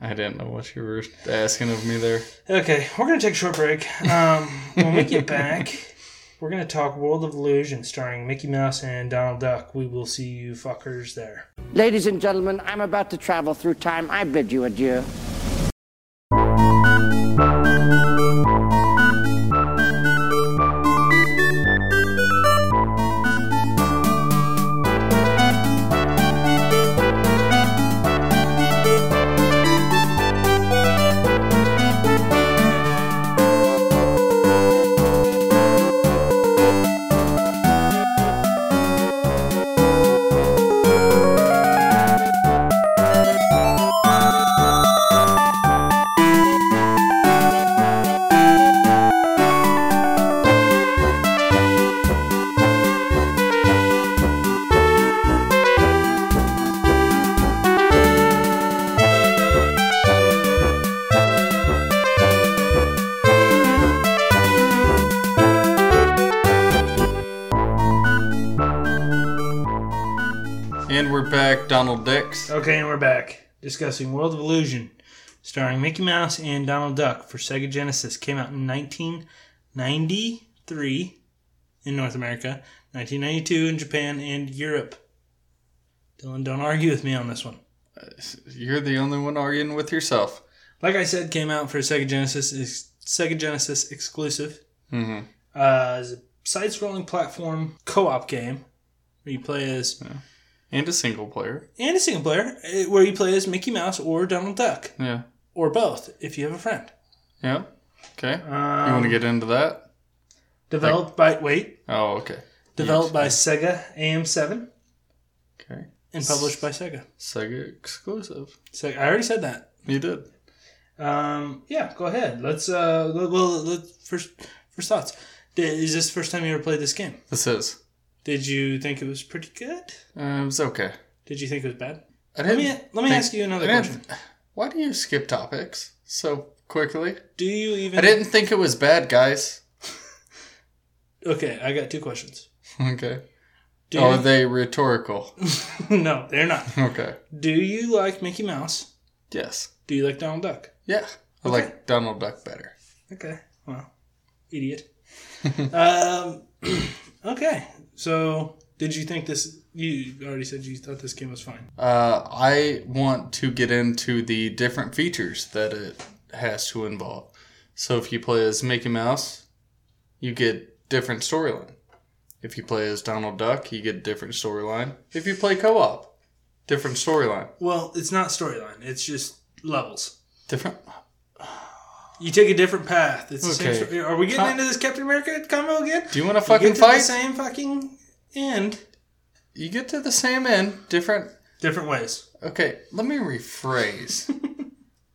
S2: I didn't know what you were asking of me there.
S1: Okay, we're gonna take a short break. Um, when we get back, we're gonna talk World of Illusion, starring Mickey Mouse and Donald Duck. We will see you fuckers there.
S3: Ladies and gentlemen, I'm about to travel through time. I bid you adieu.
S2: And we're back, Donald Dix.
S1: Okay, and we're back discussing World of Illusion, starring Mickey Mouse and Donald Duck for Sega Genesis. Came out in 1993 in North America, 1992 in Japan and Europe. Dylan, don't argue with me on this one.
S2: You're the only one arguing with yourself.
S1: like I said, came out for Sega Genesis. Is Sega Genesis exclusive.
S2: Mm-hmm.
S1: Uh, it's a side-scrolling platform co-op game where you play as
S2: And a single player.
S1: and a single player eh, where you play as Mickey Mouse or Donald Duck
S2: Yeah.
S1: or both if you have a friend.
S2: Yeah. Okay.
S1: Um,
S2: Uh, you want to get into that?
S1: Developed by wait,
S2: Oh, okay.
S1: developed by Sega AM7
S2: Okay.
S1: and published by Sega.
S2: Sega exclusive.
S1: So I already said that.
S2: You did.
S1: Um, yeah, go ahead. Let's uh, well, let's, first first thoughts. Did, is this the first time you ever played this game?
S2: This is.
S1: Did you think it was pretty good?
S2: Uh, it was okay.
S1: Did you think it was bad?
S2: I
S1: Let
S2: didn't.
S1: me let me
S2: think-
S1: ask you another
S2: I
S1: question.
S2: didn't- Why do you skip topics so quickly?
S1: Do you even?
S2: I didn't think it was bad, guys.
S1: Okay, I got two questions.
S2: Okay.
S1: Do
S2: Are
S1: you,
S2: they rhetorical?
S1: no, they're not.
S2: okay.
S1: Do you like Mickey Mouse?
S2: Yes.
S1: Do you like Donald Duck?
S2: Yeah. I like Donald Duck better.
S1: Okay. Well, idiot. um, okay. So, did you think this? You already said you thought this game was fine.
S2: Uh, I want to get into the different features that it has to involve. So if you play as Mickey Mouse, you get different storyline. If you play as Donald Duck, you get different storyline. If you play co-op, different storyline.
S1: Well, it's not storyline. It's just levels.
S2: Different.
S1: You take a different path. It's the same.
S2: Okay.
S1: story. Are we getting
S2: Huh.
S1: into this Captain America combo again?
S2: Do you want to
S1: You get
S2: fucking
S1: to The
S2: fight?
S1: same fucking end,
S2: you get to the same end, different.
S1: different ways.
S2: Okay, let me rephrase.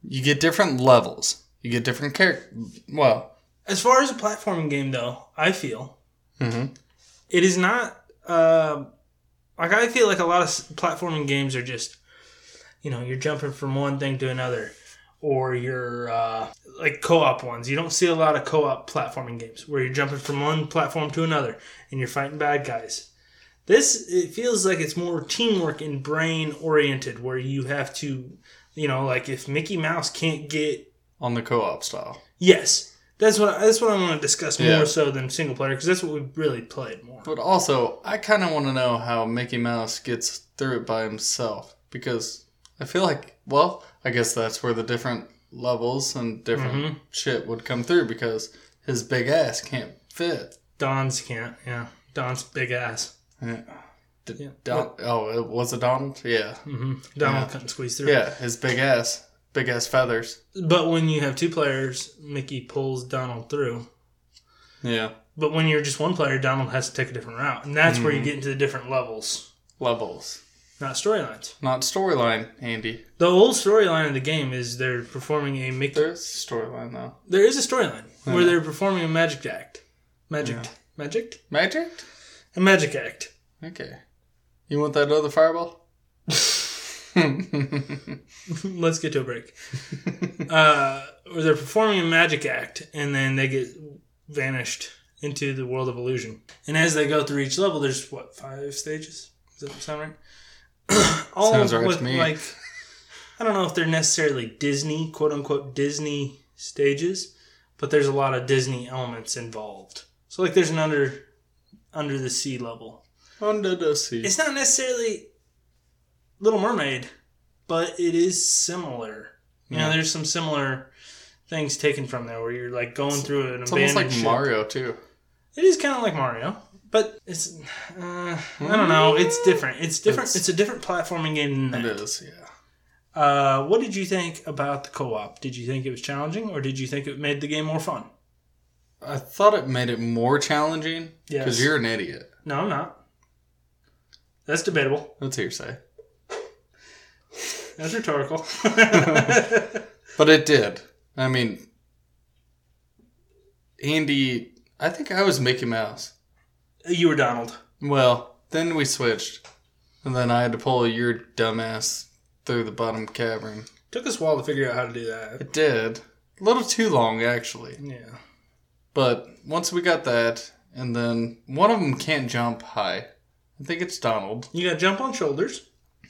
S2: you get different levels. You get different character. Well,
S1: As far as a platforming game, though, I feel
S2: Mhm.
S1: it is not. Uh, like I feel like a lot of s- platforming games are just, you know, you're jumping from one thing to another, or you're uh, like co-op ones. You don't see a lot of co-op platforming games where you're jumping from one platform to another and you're fighting bad guys. This it feels like it's more teamwork and brain oriented, where you have to, you know, like if Mickey Mouse can't get
S2: on the co-op style.
S1: Yes, that's what that's what I want to discuss more
S2: Yeah.
S1: so than single player because that's what we really played more.
S2: But also, I kind of want to know how Mickey Mouse gets through it by himself because I feel like, well, I guess that's where the different levels and different
S1: Mm-hmm.
S2: shit would come through because his big ass can't fit.
S1: Don's can't, yeah. Don's big ass.
S2: D-
S1: Yeah.
S2: Don- oh, it was it Donald? Mm-hmm. Yeah.
S1: Donald couldn't squeeze through.
S2: Yeah, his big ass. Big ass feathers.
S1: But when you have two players, Mickey pulls Donald through.
S2: Yeah.
S1: But when you're just one player, Donald has to take a different route, and that's
S2: Mm-hmm.
S1: where you get into the different levels,
S2: Levels.
S1: not storylines.
S2: Not storyline, Andy.
S1: The old storyline of the game is they're performing a Mickey.
S2: There's storyline though.
S1: there is a storyline where they're performing a magic act, magic, magic,
S2: Magic?
S1: a magic act.
S2: Okay. You want that other fireball?
S1: Let's get to a break. uh, where they're performing a magic act, and then they get vanished into the world of illusion. And as they go through each level, there's what five stages? Does that sound right? All
S2: Sounds right to
S1: with
S2: me.
S1: like I don't know if they're necessarily Disney, quote unquote Disney stages, but there's a lot of Disney elements involved. So like there's an under under the sea level
S2: Under the sea.
S1: it's not necessarily Little Mermaid, but it is similar. You know, there's some similar things taken from there where you're like going through an
S2: It's almost
S1: abandoned
S2: like
S1: ship.
S2: Mario too.
S1: It is kind of like Mario, but it's uh, I don't know. It's different. It's different. It's,
S2: It's-
S1: a different platforming game than
S2: It
S1: that.
S2: is, yeah.
S1: Uh, what did you think about the co-op? Did you think it was challenging, or did you think it made the game more fun?
S2: I thought it made it more challenging because
S1: Yes.
S2: you're an idiot.
S1: No, I'm not. That's debatable.
S2: That's hearsay.
S1: That's rhetorical.
S2: But it did. I mean, Andy, I think I was Mickey Mouse.
S1: you were Donald.
S2: Well, then we switched. And then I had to pull your dumbass through the bottom cavern.
S1: Took us a while to figure out how to do that.
S2: It did. A little too long, actually.
S1: Yeah.
S2: But once we got that, and then one of them can't jump high. I think it's Donald.
S1: You gotta jump on shoulders.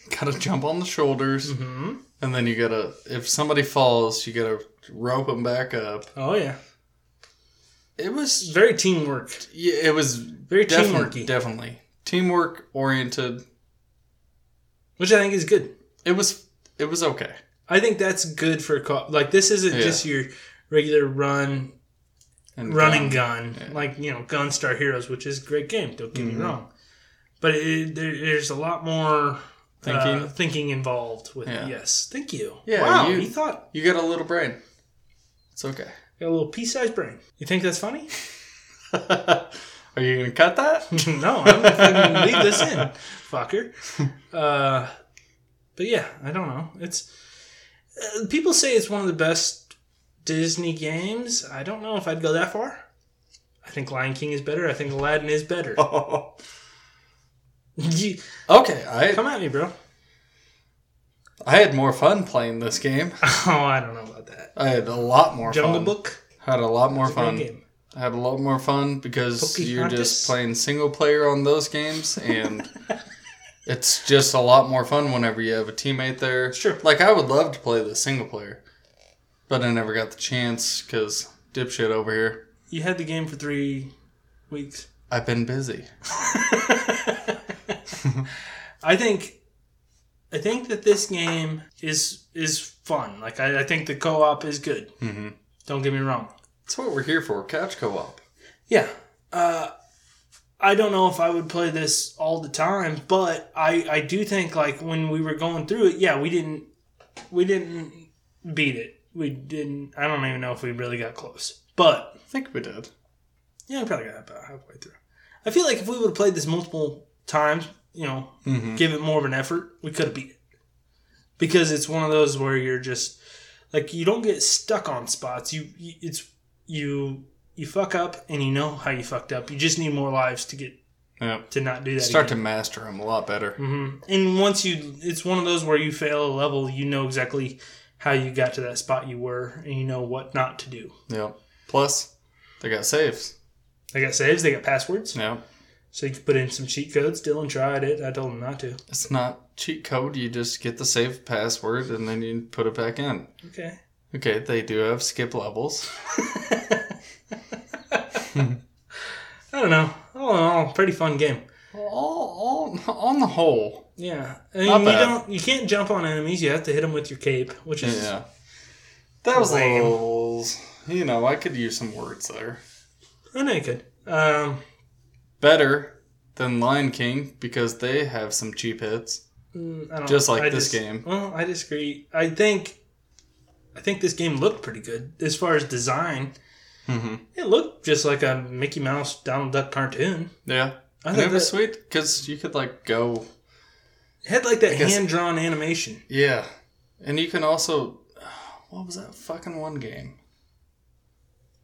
S2: Gotta jump on the shoulders,
S1: Mm-hmm.
S2: and then you gotta, if somebody falls, you gotta rope them back up.
S1: Oh yeah,
S2: It was,
S1: very teamwork.
S2: yeah, it was
S1: Very
S2: definitely,
S1: teamworky.
S2: definitely teamwork oriented.
S1: which I think is good.
S2: It was, it was okay.
S1: I think that's good for a co Like this isn't
S2: Yeah.
S1: just your regular run,
S2: And
S1: running
S2: um,
S1: gun. Like you know, Gunstar Heroes, which is a great game. Don't get
S2: Mm-hmm.
S1: me wrong, but it, there, there's a lot more thinking,
S2: Thinking?
S1: thinking involved with
S2: Yeah.
S1: it. Yes, thank you.
S2: Yeah,
S1: wow, you,
S2: you-
S1: thought
S2: You got a little brain. It's okay.
S1: got a little pea-sized brain. You think that's funny?
S2: Are you gonna cut that?
S1: no, I'm gonna leave this in, fucker. Uh, but yeah, I don't know. It's uh, people say it's one of the best Disney games. I don't know if I'd go that far. I think Lion King is better. I think Aladdin is better.
S2: Oh.
S1: You-
S2: okay, I
S1: Come at me, bro.
S2: I had more fun playing this game.
S1: Oh, I don't know about that.
S2: I had a lot more
S1: Jungle
S2: fun.
S1: Book,
S2: Had a lot more
S1: it's a great
S2: fun.
S1: game.
S2: I had a lot more fun because you're
S1: Pocahontas?
S2: just playing single player on those games and it's just a lot more fun whenever you have a teammate there.
S1: true.
S2: Like I would love to play the single player, but I never got the chance cuz dipshit over here.
S1: You had the game for three weeks.
S2: I've been busy.
S1: I think I think that this game is is fun. Like I, I think the co op is good. Mm-hmm. Don't get me wrong.
S2: That's what we're here for, couch co-op.
S1: Yeah. Uh, I don't know if I would play this all the time, but I I do think like when we were going through it, yeah, we didn't we didn't beat it. We didn't. I don't even know if we really got close, but
S2: I think we did.
S1: Yeah, we probably got about halfway through. I feel like if we would have played this multiple times, you know,
S2: Mm-hmm.
S1: give it more of an effort, we could have beat it. Because it's one of those where you're just like you don't get stuck on spots. You, you it's you you fuck up and you know how you fucked up. You just need more lives to get
S2: Yep.
S1: to not do that.
S2: Start to
S1: again.
S2: master them a lot better.
S1: Mhm. and once you, it's one of those where you fail a level, you know exactly how you got to that spot you were, and you know what not to do.
S2: Yep. Plus, they got saves.
S1: They got saves. They got passwords.
S2: Yep.
S1: So you could put in some cheat codes. Dylan tried it. I told him not to.
S2: It's not cheat code. You just get the save password and then you put it back in.
S1: Okay.
S2: Okay, they do have skip levels.
S1: I don't know. All in all, pretty fun game.
S2: All, all, on the whole.
S1: Yeah. I mean,
S2: Not
S1: you
S2: bad.
S1: don't. You can't jump on enemies. You have to hit them with your cape, which is
S2: Yeah. That was a
S1: Lame.
S2: little, you know, I could use some words there.
S1: I know you could. Um,
S2: Better than Lion King because they have some cheap hits.
S1: I don't
S2: Just like
S1: I
S2: this game.
S1: Well, I disagree. I think, I think this game looked pretty good as far as design.
S2: Mm-hmm.
S1: It looked just like a Mickey Mouse Donald Duck cartoon.
S2: Yeah.
S1: I
S2: I
S1: think
S2: think it was
S1: that-
S2: sweet because you could, like, go.
S1: It had like that
S2: guess-
S1: hand drawn animation.
S2: Yeah. And you can also. What was that fucking one game?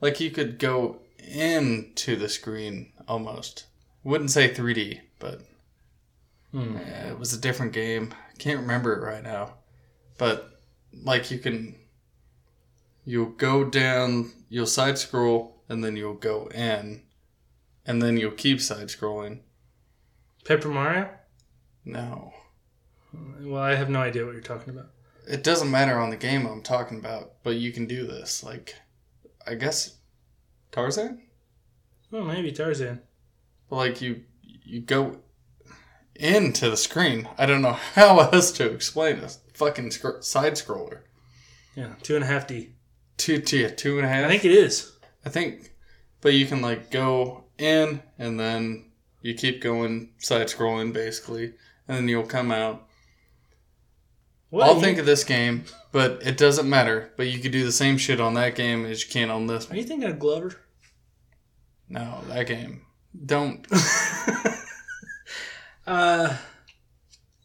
S2: Like, you could go into the screen almost. Wouldn't say 3D, but. Yeah, it was a different game. Can't remember it right now. But, like, you can. You'll go down, you'll side scroll, and then you'll go in. And then you'll keep side scrolling.
S1: Paper Mario.
S2: No.
S1: Well, I have no idea what you're talking about.
S2: it doesn't matter on the game I'm talking about, but you can do this. Like, I guess Tarzan.
S1: Oh, maybe Tarzan.
S2: Like you, you go into the screen. I don't know how else to explain this fucking scr- side scroller.
S1: Yeah, two and a half D.
S2: Two, two, two and a half.
S1: I think it is.
S2: I think, but you can like go in and then you keep going side scrolling basically, and then you'll come out
S1: What
S2: I'll
S1: are you-
S2: think of this game, but it doesn't matter. But you could do the same shit on that game as you can on this
S1: Are
S2: one.
S1: you thinking of Glover?
S2: No, that game. Don't.
S1: Uh,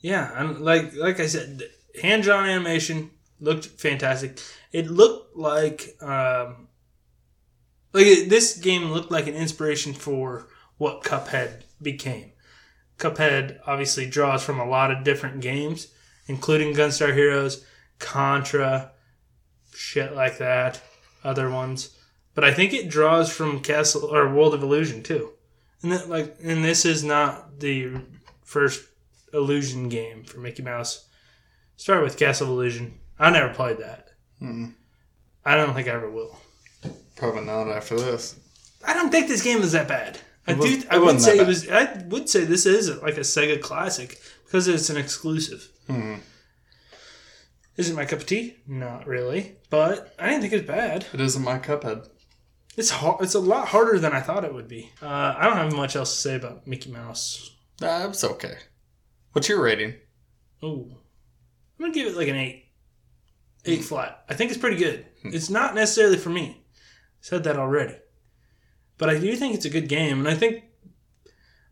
S1: yeah. I'm like like I said, hand drawn animation looked fantastic. It looked like um, like it, this game looked like an inspiration for what Cuphead became. Cuphead obviously draws from a lot of different games, including Gunstar Heroes, Contra, shit like that, other ones. But I think it draws from Castle or World of Illusion too. And that, like, and this is not the first illusion game for Mickey Mouse. Started with Castle of Illusion. I never played that. I don't think I ever will.
S2: Probably not after this.
S1: I don't think this game is that bad. I
S2: was-
S1: do.
S2: it
S1: I would
S2: wasn't
S1: say
S2: that
S1: it was. I would say this is like a Sega classic because it's an exclusive. Is it my cup of tea? Not really, but I didn't think it's bad.
S2: It isn't my cuphead.
S1: It's hard. It's a lot harder than I thought it would be. Uh, I don't have much else to say about Mickey Mouse.
S2: Nah, it's okay. What's your rating?
S1: Ooh. I'm gonna give it like an eight. Eight Hmm. flat. I think it's pretty good. It's not necessarily for me. Said that already. But I do think it's a good game, and I think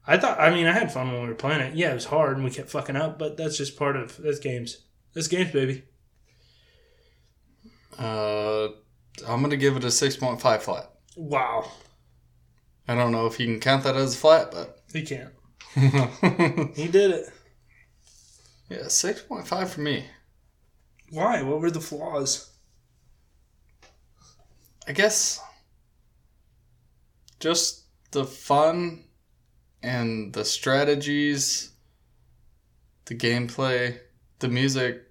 S1: I thought. I mean, I had fun when we were playing it. Yeah, it was hard, and we kept fucking up, but that's just part of that's games. That's games, baby.
S2: Uh, I'm gonna give it a six point five flat.
S1: Wow,
S2: I don't know if you can count that as a flat, but
S1: he can't.
S2: yeah,
S1: He did it.
S2: six point five for me.
S1: Why? What were the flaws?
S2: I guess just the fun and the strategies, the gameplay, the music.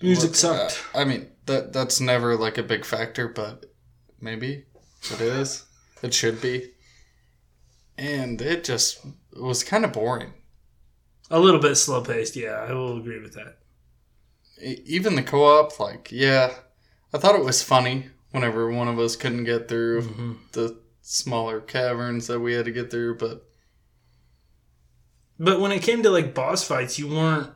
S1: Music
S2: Look,
S1: sucked.
S2: uh, I mean, that that's never like a big factor, but maybe it is. It should be. And it just it was kind of boring.
S1: A little bit slow paced. Yeah, I will agree with that.
S2: E- Even the co-op, like, yeah, I thought it was funny whenever one of us couldn't get through
S1: Mm-hmm.
S2: the smaller caverns that we had to get through, but
S1: But when it came to like boss fights, you weren't.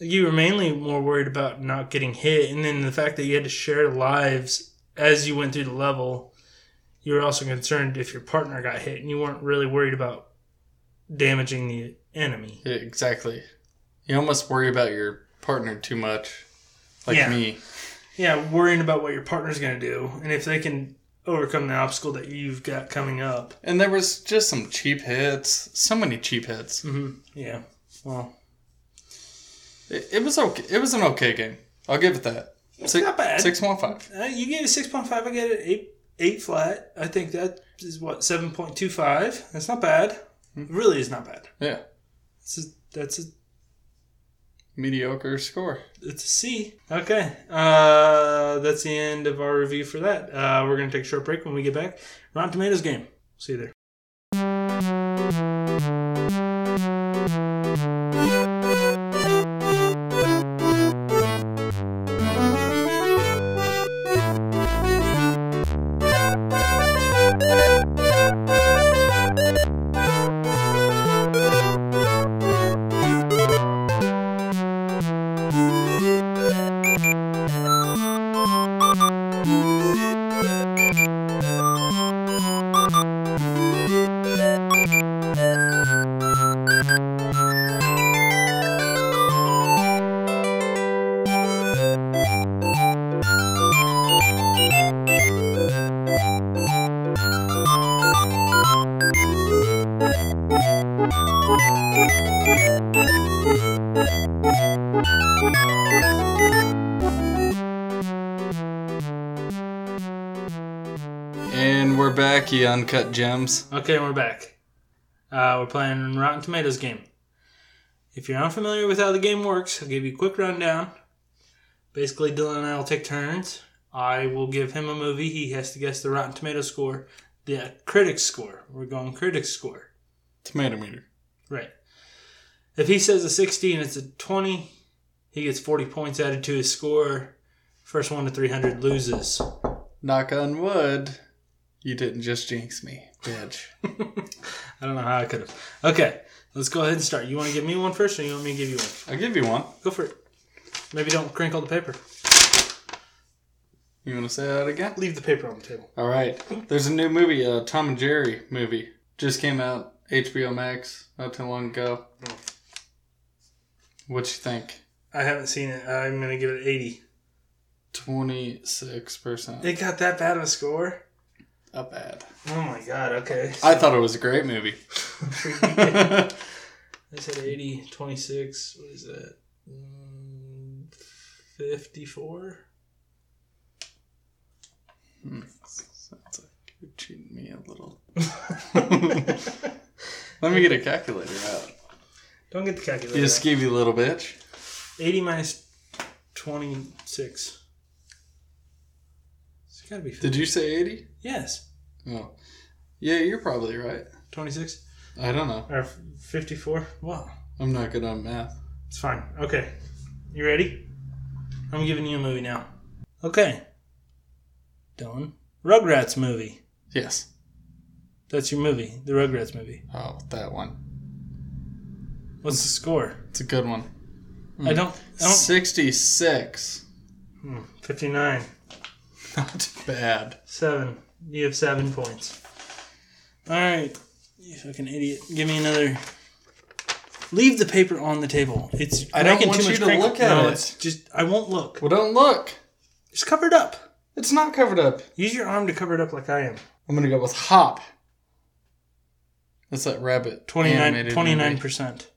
S1: You were mainly more worried about not getting hit, and then the fact that you had to share lives as you went through the level. You were also concerned if your partner got hit, and you weren't really worried about damaging the enemy.
S2: yeah, exactly. You almost worry about your partner too much, like
S1: Yeah.
S2: me.
S1: Yeah, worrying about what your partner's going to do, and if they can overcome the obstacle that you've got coming up.
S2: And there was just some cheap hits, so many cheap hits.
S1: Mm-hmm. Yeah. Well,
S2: It, it was okay. It was an okay game. I'll give it that. Six,
S1: not bad.
S2: Six one five.
S1: Uh, you gave it six point five. I get it eight eight flat. I think that is what seven point two five. That's not bad. It really is not bad.
S2: Yeah,
S1: It's a, that's a
S2: mediocre score.
S1: it's a C. Okay. Uh, that's the end of our review for that. Uh, we're gonna take a short break when we get back. Rotten Tomatoes game. See you there.
S2: And we're back, you uncut gems.
S1: Okay, we're back. Uh, we're playing Rotten Tomatoes game. If you're unfamiliar with how the game works, I'll give you a quick rundown. Basically, Dylan and I will take turns. I will give him a movie. He has to guess the Rotten Tomato score, the critics score. We're going critics score.
S2: Tomato meter.
S1: Right. If he says a 60 and it's a 20, he gets 40 points added to his score. First one to 300 loses.
S2: Knock on wood. You didn't just jinx me, bitch.
S1: I don't know how I could have. Okay, let's go ahead and start. You want to give me one first or you want me to give you one?
S2: I'll give you one.
S1: Go for it. Maybe don't crinkle the paper.
S2: You want to say that again?
S1: Leave the paper on the table.
S2: All right. There's a new movie, a Tom and Jerry movie. Just came out, HBO Max, not too long ago. What you think?
S1: I haven't seen it. I'm gonna give it 80.
S2: 26%.
S1: They got that bad of a score?
S2: Not bad.
S1: Oh my god. Okay.
S2: I thought it was a great movie.
S1: I said 80, 26. What is that? Mm, 54.
S2: Sounds like you're cheating me a little. Let me get a calculator out.
S1: Don't get the
S2: You
S1: calculator. out.
S2: skeevy little bitch.
S1: 80 minus 26. It's gotta be 50.
S2: Did you say 80?
S1: Yes.
S2: Oh. Yeah, you're probably right.
S1: 26
S2: I don't know.
S1: or 54. Wow.
S2: I'm not good on math.
S1: It's fine. Okay. You ready? I'm giving you a movie now. Okay. Dylan. Rugrats movie.
S2: Yes.
S1: That's your movie. The Rugrats movie.
S2: Oh, that one.
S1: What's the score?
S2: It's a good one.
S1: I don't. I don't hmm,
S2: 66.
S1: 59.
S2: Hmm. Not bad.
S1: 7. You have 7 points. All right, you fucking idiot. Give me another. Leave the paper on the table. It's
S2: I don't
S1: making
S2: want
S1: too
S2: you
S1: much
S2: to
S1: crinkle.
S2: look at
S1: no,
S2: it.
S1: It's just I won't look.
S2: Well, don't look.
S1: It's covered up.
S2: It's not covered up.
S1: Use your arm to cover it up like I am.
S2: I'm gonna go with Hop. That's that rabbit.
S1: 29
S2: animated
S1: 29 percent.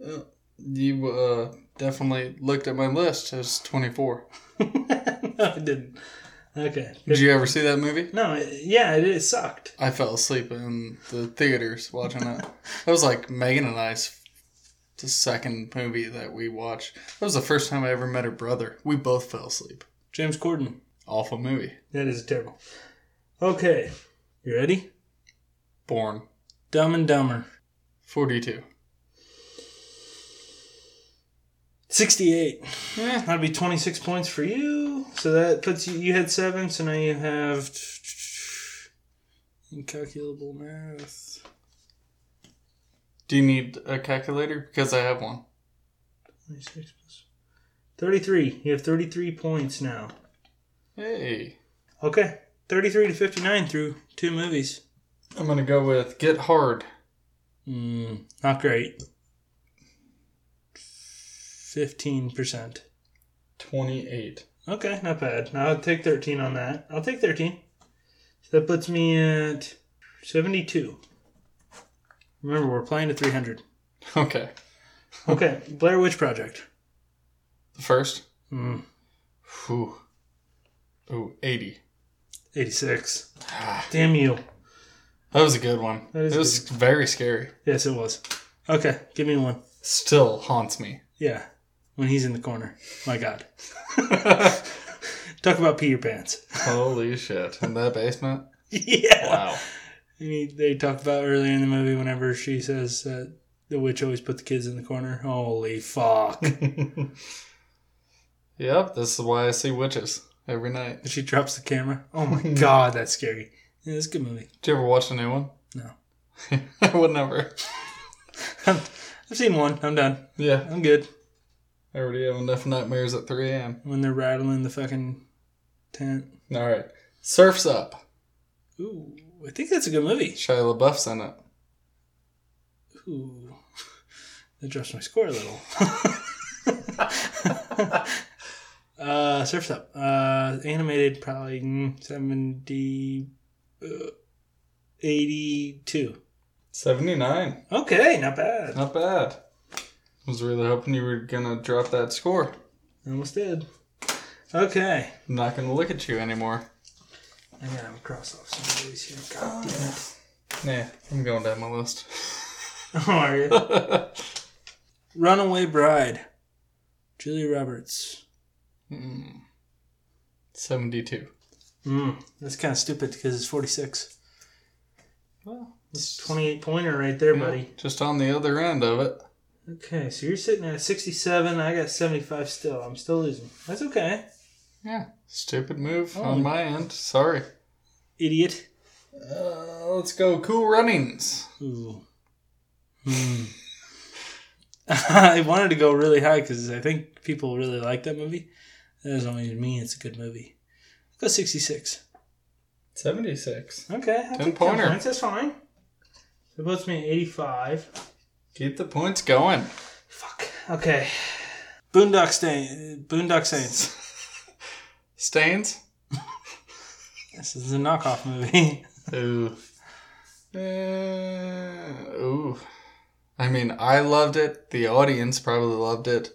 S2: movie. Uh, You uh, definitely looked at my list as 24.
S1: no, I didn't. Okay.
S2: Did you ever see that movie?
S1: No, it- yeah, it, it sucked.
S2: I fell asleep in the theaters watching that. That was like Megan and I's the second movie that we watched. That was the first time I ever met her brother. We both fell asleep.
S1: James Corden.
S2: Awful movie.
S1: That is terrible. Okay, you ready?
S2: Born
S1: Dumb and Dumber.
S2: 42.
S1: 68.
S2: Yeah.
S1: Eh, That'd be 26 points for you. So that puts you, you had seven, so now you have. Incalculable math.
S2: Do you need a calculator? Because I have one.
S1: 26 plus. 33. You have 33 points now.
S2: Hey.
S1: Okay. 33 to 59 through two movies.
S2: I'm going to go with Get Hard.
S1: Mm, not great. 15%.
S2: 28.
S1: Okay, not bad. Now I'll take 13 on that. I'll take 13. So that puts me at 72. Remember, we're playing to 300.
S2: Okay.
S1: Okay, Blair Witch Project.
S2: The first?
S1: Mm,
S2: Whew. Ooh, 80.
S1: 86.
S2: Ah,
S1: Damn you.
S2: that was a good one.
S1: That is
S2: it was very scary.
S1: Yes, it was. Okay, give me one.
S2: Still haunts me.
S1: Yeah, when he's in the corner. My God. Talk about pee your pants.
S2: Holy shit. In that basement?
S1: yeah.
S2: Wow.
S1: And he- they talk about earlier in the movie whenever she says that the witch always put the kids in the corner. Holy fuck.
S2: Yep, this is why I see witches every night.
S1: And she drops the camera. Oh my god, that's scary. Yeah, it's a good movie.
S2: Did you ever watch the new one?
S1: No.
S2: I would never.
S1: I've seen one. I'm done.
S2: Yeah,
S1: I'm good.
S2: I already have enough nightmares at 3 a.m.
S1: When they're rattling the fucking tent.
S2: All right. Surf's Up.
S1: Ooh, I think that's a good movie.
S2: Shia LaBeouf's in it.
S1: Ooh, that drops my score a little. uh, Surf's Up. Uh, animated probably mm, 70, uh, 82.
S2: 79.
S1: Okay, not bad.
S2: Not bad. I was really hoping you were going to drop that score.
S1: Almost did. Okay.
S2: I'm not going to look at you anymore.
S1: I gotta cross off some movies here. God damn it.
S2: Yeah, I'm going down my list.
S1: How are you? Runaway Bride. Julia Roberts.
S2: Mm. 72.
S1: Mm, that's kind of stupid because it's 46.
S2: Well,
S1: That's 28 pointer right there, buddy.
S2: Just on the other end of it.
S1: Okay, so you're sitting at 67. I got 75 still. I'm still losing. That's okay.
S2: Yeah. Stupid move
S1: Oh.
S2: on my end. Sorry.
S1: Idiot.
S2: Uh, let's go. Cool runnings.
S1: Ooh. Hmm. I wanted to go really high because I think people really like that movie. That doesn't mean me it's a good movie. Go 66.
S2: 76.
S1: Okay. I'll
S2: Ten
S1: take
S2: pointer.
S1: points. That's fine. So it puts me at 85.
S2: Keep the points going.
S1: Fuck. Okay. Boondock Stain. Boondock Saints.
S2: Stains?
S1: This is a knockoff movie.
S2: Ooh. Uh, ooh. I mean, I loved it. The audience probably loved it.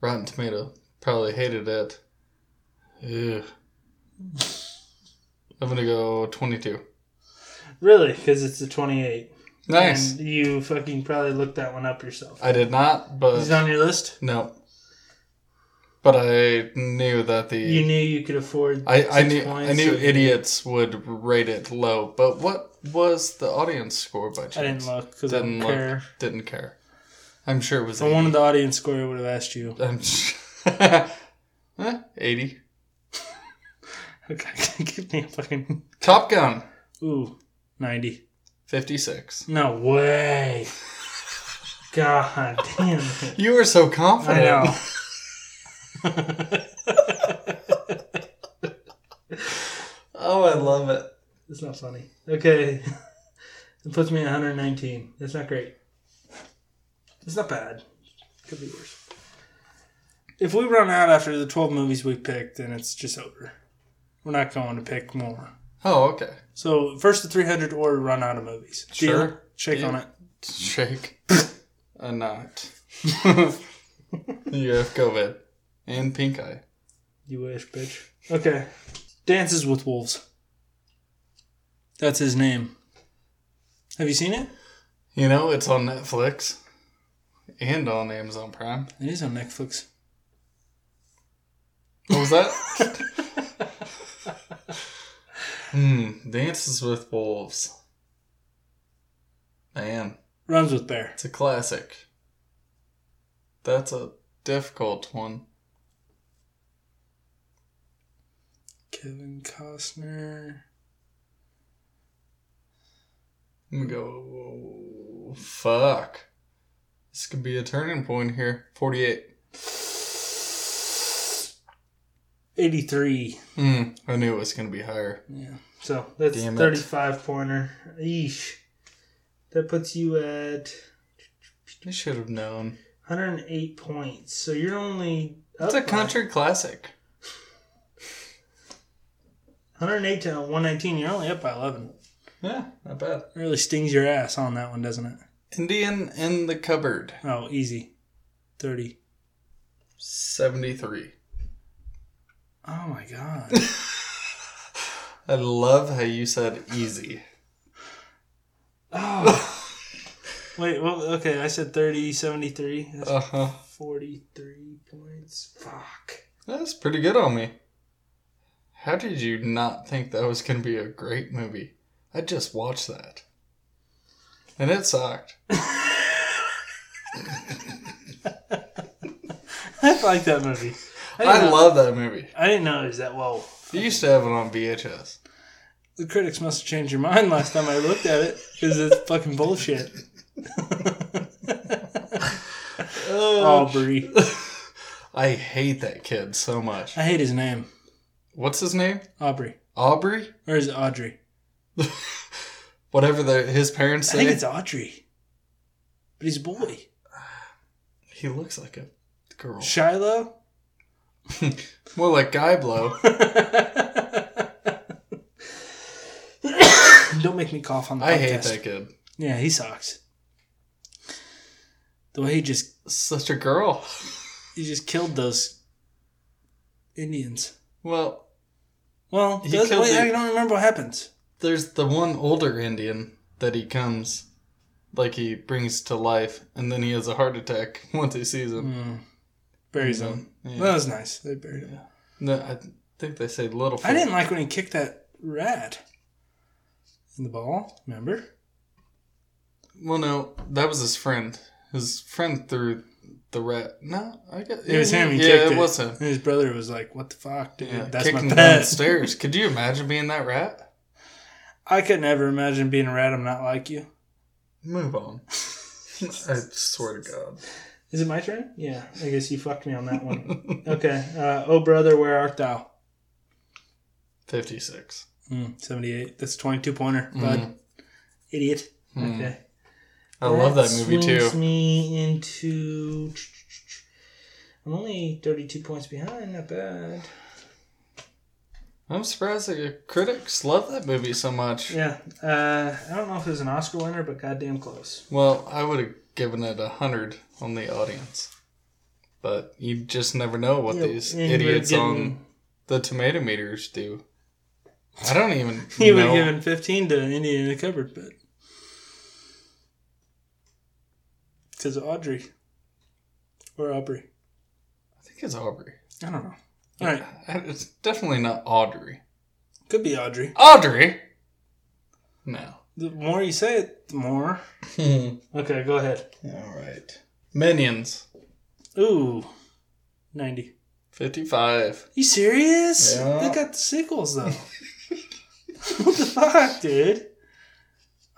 S2: Rotten Tomato probably hated it. Ew. I'm gonna go 22.
S1: really? Because it's a 28.
S2: Nice.
S1: And you fucking probably looked that one up yourself.
S2: I did not,
S1: Is
S2: but
S1: it on your list?
S2: no. But I knew that the
S1: You knew you could afford.
S2: I, I
S1: six
S2: knew I
S1: points,
S2: knew
S1: so-
S2: idiots would rate it low, but what was the audience score by chance?
S1: I didn't look because I don't
S2: Didn't look.
S1: care.
S2: Didn't care. I'm sure it was.
S1: If I wanted the audience score, I would have asked you.
S2: 80. I'm eh, s- Huh? 80.
S1: Okay, give me a fucking.
S2: Top Gun
S1: Ooh, 90.
S2: 56.
S1: No way. God damn it.
S2: You were
S1: I
S2: so confident.
S1: know.
S2: Oh, I love it.
S1: It's not funny. Okay. It puts me at 119. That's not great. It's not bad. Could be worse. If we run out after the 12 movies we picked, then it's just over. We're not going to pick more.
S2: Oh, okay.
S1: So, first the 300 or run out of movies.
S2: Sure.
S1: Deal? Shake
S2: Yeah.
S1: on it.
S2: Shake a knot. you have COVID and pink eye.
S1: You wish, bitch. Okay. Dances with Wolves. That's his name. Have you seen it?
S2: You know, it's on Netflix and on Amazon Prime.
S1: It is on Netflix.
S2: What was that? Hmm, Dances with Wolves. Man,
S1: Runs with Bear.
S2: it's a classic. That's a difficult one.
S1: Kevin Costner.
S2: I'm gonna go. Fuck. This could be a turning point here. 48.
S1: 83.
S2: Hmm, I knew it was gonna be higher.
S1: Yeah. So that's
S2: Damn it.
S1: 35 pointer. Eesh. That puts you at
S2: I should have known.
S1: 108 points. So you're only up
S2: It's a
S1: by
S2: country classic.
S1: 108 to 119. You're only up by 11.
S2: Yeah, not bad.
S1: It really stings your ass on that one, doesn't it?
S2: Indian in the cupboard.
S1: Oh, easy. 30.
S2: 73.
S1: Oh my god.
S2: I love how you said easy.
S1: Oh. Wait, well, okay, I said 30, 73. That's
S2: Uh huh.
S1: 43 points. Fuck.
S2: That's pretty good on me. How did you not think that was going to be a great movie? I just watched that. And it sucked.
S1: I like that movie. I, didn't
S2: I
S1: know-
S2: love that movie.
S1: I didn't know it was that well.
S2: You used to have it on VHS.
S1: The critics must have changed their mind last time I looked at it because it's fucking bullshit. oh, Brie.
S2: I hate that kid so much.
S1: I hate his name.
S2: What's his name?
S1: Aubrey.
S2: Aubrey?
S1: Or is it Audrey?
S2: Whatever the, his parents
S1: I think
S2: say.
S1: it's Audrey. But he's a boy.
S2: He looks like a girl.
S1: Shiloh?
S2: More like Guy Blow.
S1: Don't make me cough on the podcast.
S2: I hate that kid.
S1: Yeah, he sucks. The way he just
S2: Such a girl.
S1: he just killed those Indians.
S2: Well,
S1: Well,
S2: He
S1: does-
S2: killed
S1: wait,
S2: the-
S1: I don't remember what happens.
S2: there's the one older Indian that he comes, like he brings to life, and then he has a heart attack once he sees
S1: Mm-hmm.
S2: him. Mm-hmm.
S1: Buries them.
S2: Yeah.
S1: That was nice. They buried him.
S2: No, I think they say little.
S1: I didn't like when he kicked that rat in the ball. Remember?
S2: Well, no, that was his friend. His friend threw the rat. No, I guess
S1: It was him. He
S2: yeah,
S1: kicked
S2: it, was him.
S1: And his brother was like, "What the fuck, dude?
S2: Yeah,
S1: That's my
S2: kicking
S1: pet."
S2: downstairs. Could you imagine being that rat?
S1: I could never imagine being a rat. I'm not like you.
S2: Move on. I swear to God.
S1: Is it my turn? Yeah, I guess you fucked me on that one. okay. Uh, oh, brother, where art thou?
S2: Fifty-six.
S1: Mm, 78. That's a 22 pointer,
S2: Hmm.
S1: bud. Idiot. Okay.
S2: I love that movie too.
S1: swings me into. I'm only 32 points behind. Not bad.
S2: I'm surprised that your critics love that movie so much.
S1: Yeah. Uh, I don't know if it was an Oscar winner, but goddamn close.
S2: Well, I would have given it a hundred on the audience, but you just never know what
S1: Yeah,
S2: these
S1: and you would've
S2: idiots
S1: given-
S2: on the tomato meters do. I don't even
S1: He would
S2: know.
S1: have given 15 to Indian in the cupboard, but. Because Audrey. Or Aubrey.
S2: I think it's Aubrey.
S1: I don't know. All right.
S2: I- It's definitely not Audrey.
S1: Could be Audrey.
S2: Audrey. No.
S1: The more you say it, the more.
S2: All
S1: Okay, go ahead.
S2: right. Minions.
S1: Ooh, 90.
S2: Fifty-five.
S1: You serious?
S2: Yeah.
S1: They got the sequels, though. what the fuck, dude?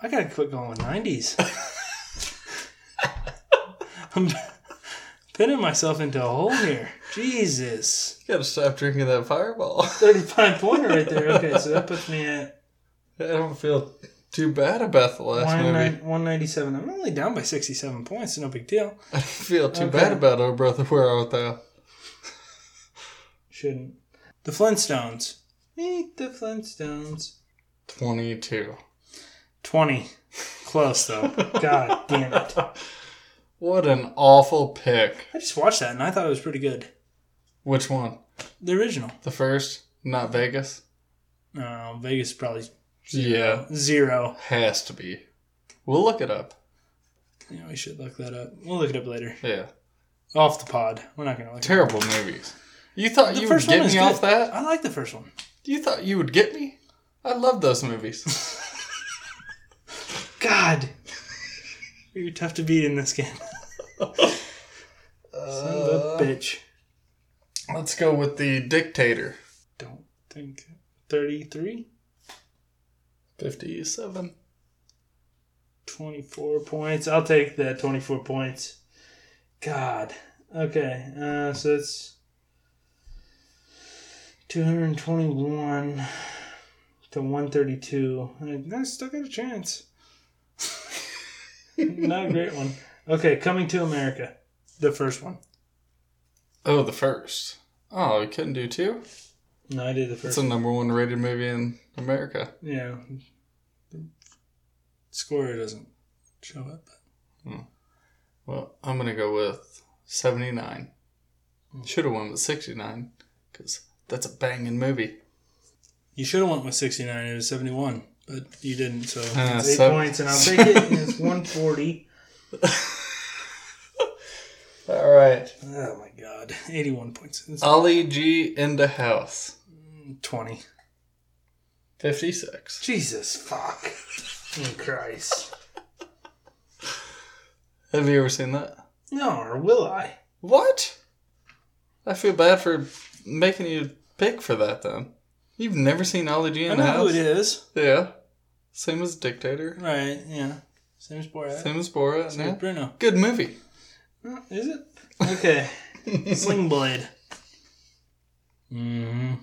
S1: I gotta quit going with 90s. I'm pinning myself into a hole here. Jesus.
S2: You gotta stop drinking that Fireball.
S1: 35 pointer right there. Okay, so that puts me at
S2: I don't feel Too bad about the last
S1: One
S2: movie.
S1: nine- 197. I'm only down by 67 points, so no big deal.
S2: I don't feel too
S1: Okay.
S2: bad about Oh Brother Where Art Thou.
S1: Shouldn't. The Flintstones. Meet the Flintstones.
S2: 22.
S1: 20. Close, though. God damn it.
S2: What an awful pick.
S1: I just watched that and I thought it was pretty good.
S2: Which one?
S1: The original.
S2: The first? Not Vegas?
S1: No, Vegas is probably
S2: Yeah.
S1: zero.
S2: Has to be. We'll look it up.
S1: Yeah, we should look that up. We'll look it up later.
S2: Yeah.
S1: Off the pod. We're not going to look it up.
S2: Terrible movies. You thought
S1: The
S2: you would
S1: first
S2: get
S1: one
S2: me
S1: is good.
S2: off that?
S1: I like the first one.
S2: You thought you would get me? I love those movies.
S1: God. You're tough to beat in this game. Son of a bitch.
S2: Let's go with The Dictator.
S1: Don't think. 33?
S2: 57.
S1: 24 points. I'll take that 24 points. God. Okay. Uh, so it's 221 to 132. I- I still got a chance. Not a great one. Okay, Coming to America. The first one.
S2: Oh, the first. Oh, you couldn't do two?
S1: No, I did the
S2: It's
S1: first
S2: a
S1: one.
S2: number one rated movie in America.
S1: Yeah. Score doesn't show up.
S2: Well, I'm gonna go with 79. Should have went with 69 because that's a banging movie.
S1: You should have went with 69. It was 71, but you didn't. So
S2: Uh,
S1: it's eight
S2: so-
S1: points, and I'll take it. And it's 140.
S2: All right,
S1: Oh my god, 81 points. It's
S2: Ollie G in the house.
S1: 20.
S2: 56.
S1: Jesus fuck. Oh, Christ.
S2: Have you ever seen that?
S1: No, or will I?
S2: What? I feel bad for making you pick for that. Then you've never seen Ollie G in
S1: I
S2: the
S1: know who
S2: house?
S1: it is.
S2: Yeah, same as Dictator,
S1: Right? Yeah. Same as Borat. Same
S2: same as Borat.
S1: as
S2: Yeah.
S1: Bruno.
S2: Good movie.
S1: Uh, Is it? Okay. Sling Blade. Mm-hmm.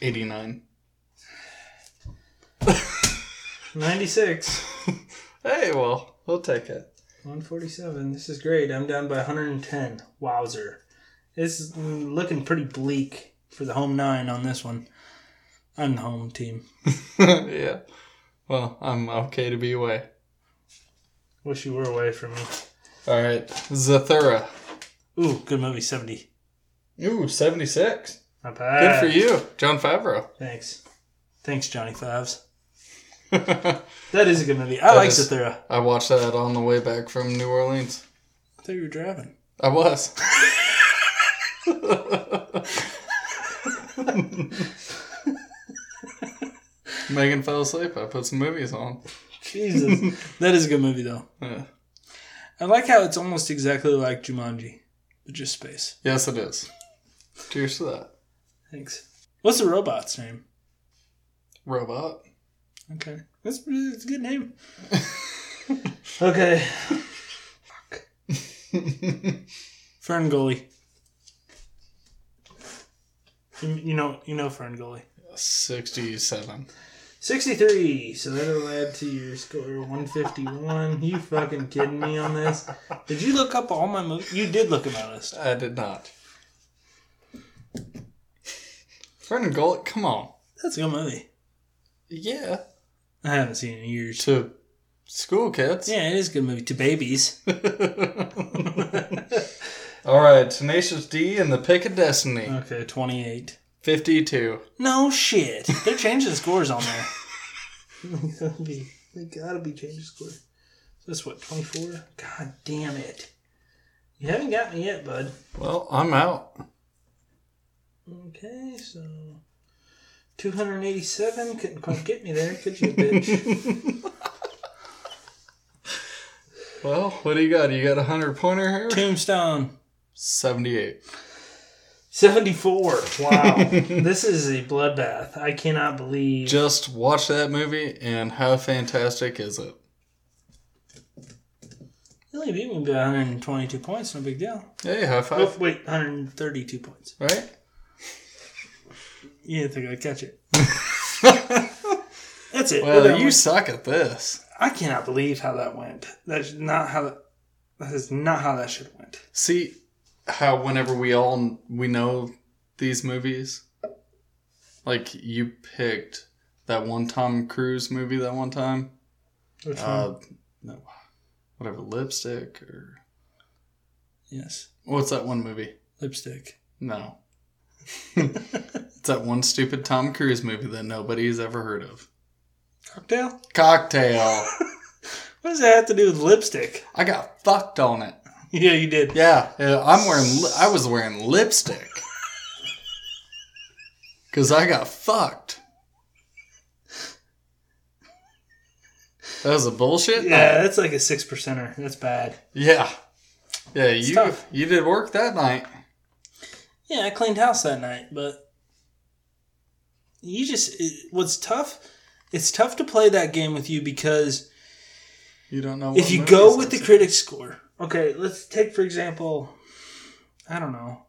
S2: 89.
S1: 96.
S2: Hey, well, we'll take it.
S1: 147. This is great. I'm down by 110. Wowzer. This is looking pretty bleak for the home nine on this one. I'm the home team.
S2: yeah. Well, I'm okay to be away.
S1: Wish you were away from me.
S2: All right, Zathura.
S1: Ooh, good movie, 70.
S2: Ooh, 76.
S1: Not
S2: Good
S1: bad.
S2: for you, John Favreau.
S1: Thanks. Thanks, Johnny Fives.
S2: I
S1: That is a good movie. I like
S2: is-
S1: Zathura.
S2: watched that on the way back from New Orleans.
S1: I thought you were driving.
S2: I was. Megan fell asleep. I put some movies on.
S1: Jesus. that is a good movie, though.
S2: Yeah.
S1: I like how it's almost exactly like Jumanji, but just space.
S2: Yes, it is. Cheers to that.
S1: Thanks. What's the robot's name?
S2: Robot.
S1: Okay. That's, that's a good name. okay. Fern Gully. You, you know, you know Fern Gully.
S2: 67.
S1: Sixty-three. So that'll add to your score one fifty-one. you fucking kidding me on this? Did you look up all my movies? You did look at my list.
S2: I did not. Vernon Gullet, come on.
S1: That's a good movie.
S2: Yeah.
S1: I haven't seen it in years.
S2: To school kids.
S1: Yeah, it is a good movie to babies.
S2: All right, Tenacious D and the Pick of Destiny.
S1: Okay, twenty-eight.
S2: 52.
S1: No shit. They're changing scores on there. they gotta be. They gotta be changing scores. That's what twenty four. God damn it! You haven't got me yet, bud.
S2: Well, I'm out.
S1: Okay, so two hundred eighty seven couldn't quite get me there, could you, bitch?
S2: Well, what do you got? You got a 100 pointer here?
S1: Tombstone
S2: 78.
S1: seventy four. Wow, this is a bloodbath. I cannot believe.
S2: Just watch that movie and how fantastic is it?
S1: You only beat me by one hundred twenty two points. No big deal.
S2: Hey, high
S1: Oh
S2: five.
S1: wait, one hundred thirty two points.
S2: Right?
S1: You didn't think I'd catch it. That's it. We're
S2: Well,
S1: done
S2: you
S1: with-
S2: suck at this.
S1: I cannot believe how that went. That's not how. That, that is not how that should have went.
S2: See how whenever we all we know these movies, like you picked that one Tom Cruise movie that one time.
S1: Which
S2: Uh, no, whatever lipstick or
S1: Yes,
S2: what's that one movie?
S1: lipstick.
S2: No, it's that one stupid Tom Cruise movie that nobody's ever heard of.
S1: Cocktail.
S2: Cocktail.
S1: What does that have to do with lipstick?
S2: I got fucked on it.
S1: Yeah, you did.
S2: Yeah, yeah, I'm wearing. Li- I was wearing lipstick because I got fucked. That was a bullshit.
S1: Yeah,
S2: night.
S1: that's like a six percenter. That's bad.
S2: yeah, yeah. You
S1: tough.
S2: you did work that night.
S1: Yeah, I cleaned house that night, but you just it, what's tough. It's tough to play that game with you because
S2: You don't know.
S1: if
S2: what
S1: you
S2: movies
S1: go with the
S2: this is.
S1: critic score okay let's take for example i don't know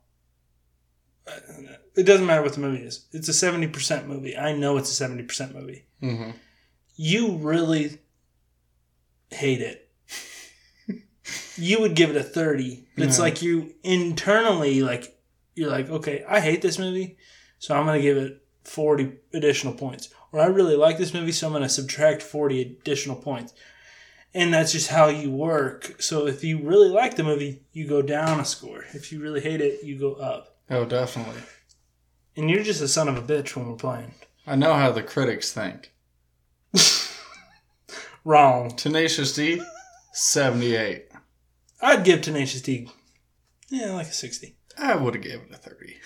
S1: it doesn't matter what the movie is it's a 70% movie i know it's a 70% movie
S2: Mhm.
S1: you really hate it you would give it a 30 it's
S2: Yeah.
S1: like you internally like you're like okay i hate this movie so i'm gonna give it 40 additional points or i really like this movie so i'm gonna subtract 40 additional points and that's just how you work so if you really like the movie you go down a score if you really hate it you go up
S2: oh, definitely.
S1: and you're just a son of a bitch when we're playing
S2: I know how the critics think.
S1: wrong
S2: Tenacious D, seventy-eight.
S1: i'd give tenacious d yeah like a 60
S2: I would have given it a thirty.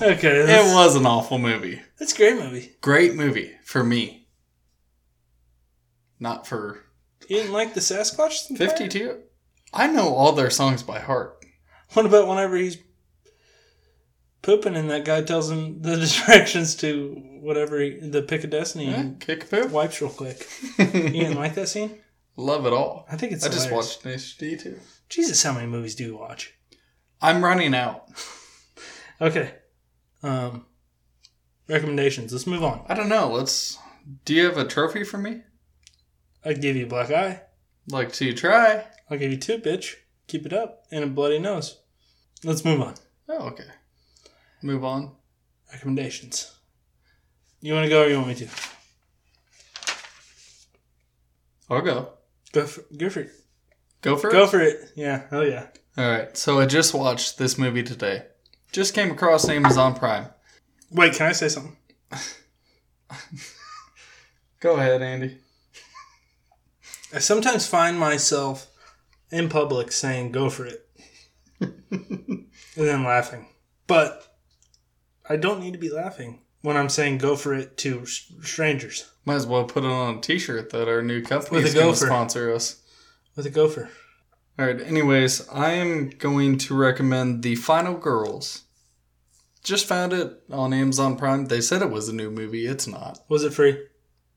S1: okay that's,
S2: It was an awful movie.
S1: that's a great movie
S2: Great movie for me. Not for
S1: You didn't like the Sasquatch? Empire?
S2: 52? I know all their songs by heart.
S1: What about whenever he's pooping and that guy tells him the directions to whatever he, the pick of destiny
S2: Yeah,
S1: and
S2: kick poop.
S1: wipes real quick? You didn't like that scene?
S2: Love it all.
S1: I think it's.
S2: I just
S1: hilarious.
S2: watched Nation D too.
S1: Jesus, how many movies do you watch?
S2: I'm running out.
S1: Okay. Um, recommendations. Let's move on.
S2: I don't know. Let's. Do you have a trophy for me?
S1: I give you a black eye.
S2: Like to try?
S1: I'll give you two, bitch. Keep it up and a bloody nose. Let's move on.
S2: Oh, okay. Move on.
S1: Recommendations. You want to go or you want me to?
S2: I'll go.
S1: Go for, go for it.
S2: Go for
S1: Go
S2: it.
S1: for it. Yeah. Hell yeah.
S2: All right. So I just watched this movie today. Just came across Amazon Prime.
S1: Wait, can I say something?
S2: Go ahead, Andy.
S1: I sometimes find myself in public saying "go for it," and then laughing. But I don't need to be laughing when I'm saying "go for it" to s- strangers
S2: Might as well put it on a T-shirt that our new company
S1: With a
S2: is going to
S1: gopher.
S2: sponsor us.
S1: with a gopher.
S2: All right. Anyways, I am going to recommend The Final Girls. Just found it on Amazon Prime. They said it was a new movie. It's not.
S1: Was it free?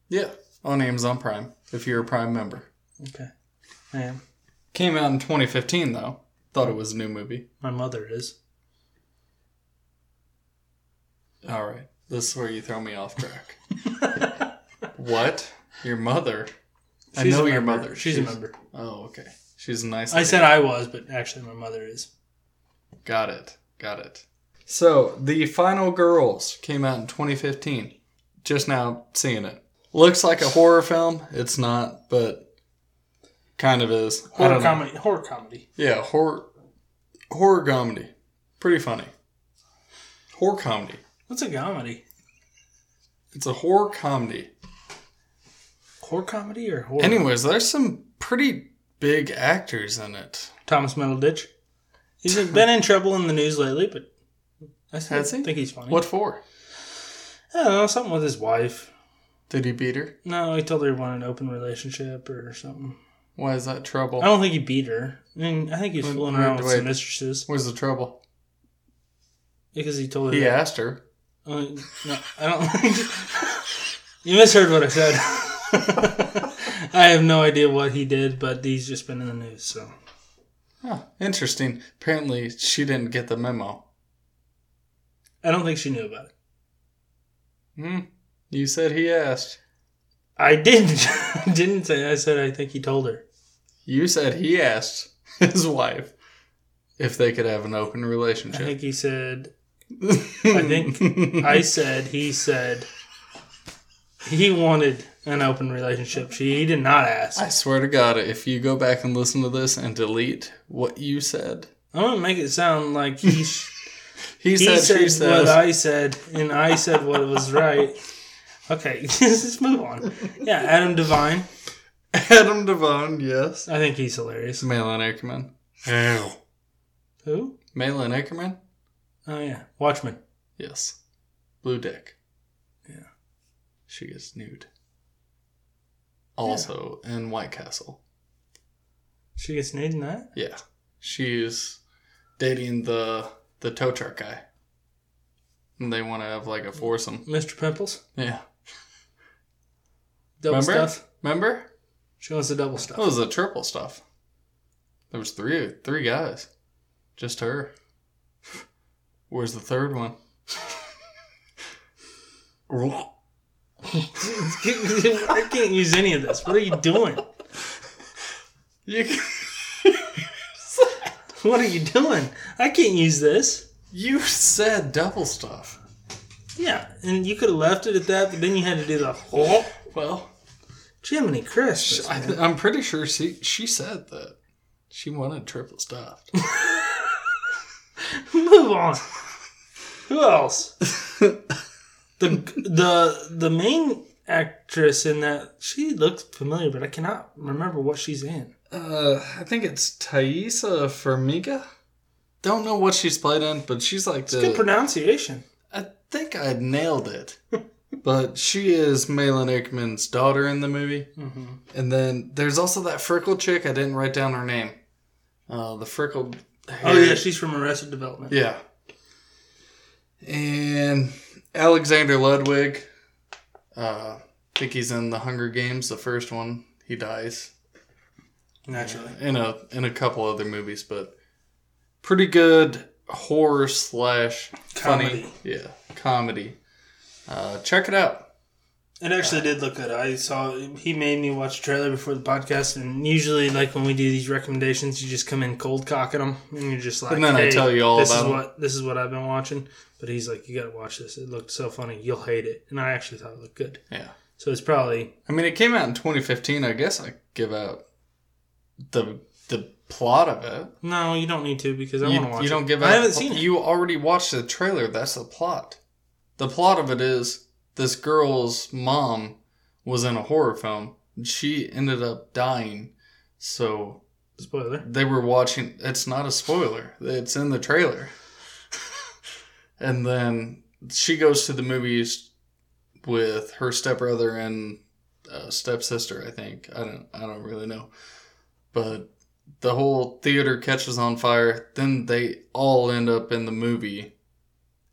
S2: Yeah, on Amazon Prime if you're a Prime member.
S1: Okay, I am.
S2: Came out in 2015 though. Thought it was a new movie.
S1: My mother is.
S2: All right. This is where you throw me off track. what? Your mother? I
S1: She's
S2: know
S1: a
S2: your
S1: member.
S2: mother.
S1: She's, a member.
S2: Oh, okay. She's a nice.
S1: I
S2: lady.
S1: said I was, but actually my mother is.
S2: Got it. Got it. So, The Final Girls came out in 2015. Just now seeing it. Looks like a horror film. It's not, but kind of is. I
S1: Horror
S2: don't know.
S1: comedy. Horror comedy.
S2: Yeah, horror horror comedy. Pretty funny. Horror comedy.
S1: What's a comedy?
S2: It's a horror comedy.
S1: Horror comedy or horror?
S2: Anyways, there's some pretty big actors in it.
S1: Thomas Middleditch. He's been in trouble in the news lately, but I still
S2: Has he?
S1: think he's funny.
S2: What for?
S1: I don't know, something with his wife.
S2: Did he beat her?
S1: No, he told her he wanted an open relationship or something.
S2: Why is that trouble?
S1: I don't think he beat her. I mean, I think he was
S2: Wait,
S1: fooling around
S2: wait,
S1: with some
S2: wait.
S1: mistresses
S2: Where's the trouble?
S1: because he told her.
S2: He asked her.
S1: Uh, no, I don't think. you misheard what I said. I have no idea what he did, but he's just been in the news, so.
S2: Huh, interesting. Apparently, she didn't get the memo.
S1: I don't think she knew about it.
S2: Hmm, You said he asked.
S1: I didn't didn't say. I said I think he told her.
S2: You said he asked his wife if they could have an open
S1: I
S2: relationship.
S1: think he said. I think I said he said he wanted an open relationship. She he did not ask.
S2: I swear to God, if you go back and listen to this and delete what you said,
S1: I'm gonna make it sound like he sh-
S2: he,
S1: he
S2: said,
S1: said
S2: she
S1: what
S2: says,
S1: I said and I said what was right. Okay, let's move on. Yeah, Adam Devine.
S2: Adam Devine, yes.
S1: I think he's hilarious.
S2: Malin Ackerman.
S1: Who?
S2: Malin Ackerman?
S1: Oh yeah, Watchmen.
S2: Yes. Blue Dick.
S1: Yeah.
S2: She is nude. Also in White Castle.
S1: She gets nude in that.
S2: Yeah. She's dating the the tow truck guy. And they want to have like a foursome.
S1: Mr. Pimples.
S2: Yeah.
S1: Double
S2: Remember?
S1: stuff.
S2: Remember?
S1: She wants the double stuff.
S2: That was the triple stuff. There was three three guys. Just her. Where's the third one?
S1: I can't use any of this. What are you doing?
S2: You c-
S1: What are you doing? I can't use this.
S2: you said double stuff.
S1: Yeah, and you could have left it at that, but then you had to do the whole
S2: Well,
S1: Jiminy Christmas.
S2: I th- I'm pretty sure she she said that she wanted triple stuffed.
S1: Move on. Who else? the the the main actress in that she looks familiar, but I cannot remember what she's in.
S2: Uh, I think it's Thaisa Formiga. Don't know what she's played in, but she's like
S1: Good
S2: the.
S1: pronunciation.
S2: I think I nailed it. but she is Malin Aikman's daughter in the movie.
S1: Mm-hmm.
S2: And then there's also that Frickle chick. I didn't write down her name. Uh, the Frickle.
S1: Oh yeah, she's from Arrested Development.
S2: Yeah. And Alexander Ludwig. Uh, I think he's in the Hunger Games, the first one. He dies
S1: Naturally.
S2: in a in a couple other movies, but pretty good horror slash funny,
S1: Comedy.
S2: yeah, comedy. Uh, check it out.
S1: It actually did look good. I saw he made me watch a trailer before the podcast, and usually, like when we do these recommendations, you just come in cold cocking them, and you're just like,
S2: And then I
S1: "Hey,
S2: tell you all
S1: this
S2: about
S1: is
S2: 'em."
S1: what this is what I've been watching." But he's like, "You got to watch this. It looked so funny. You'll hate it." And I actually thought it looked good.
S2: Yeah,
S1: So it's probably
S2: I mean, it came out in 2015. I guess I give out the the plot of it.
S1: no, you don't need to because I
S2: You,
S1: want to watch.
S2: you don't
S1: it.
S2: give out.
S1: I haven't seen it.
S2: You already watched the trailer. That's the plot. The plot of it is this girl's mom was in a horror film. and She ended up dying, so
S1: Spoiler.
S2: they were watching it's not a spoiler it's in the trailer and then she goes to the movies with her stepbrother and uh, stepsister i think i don't i don't really know but the whole theater catches on fire then they all end up in the movie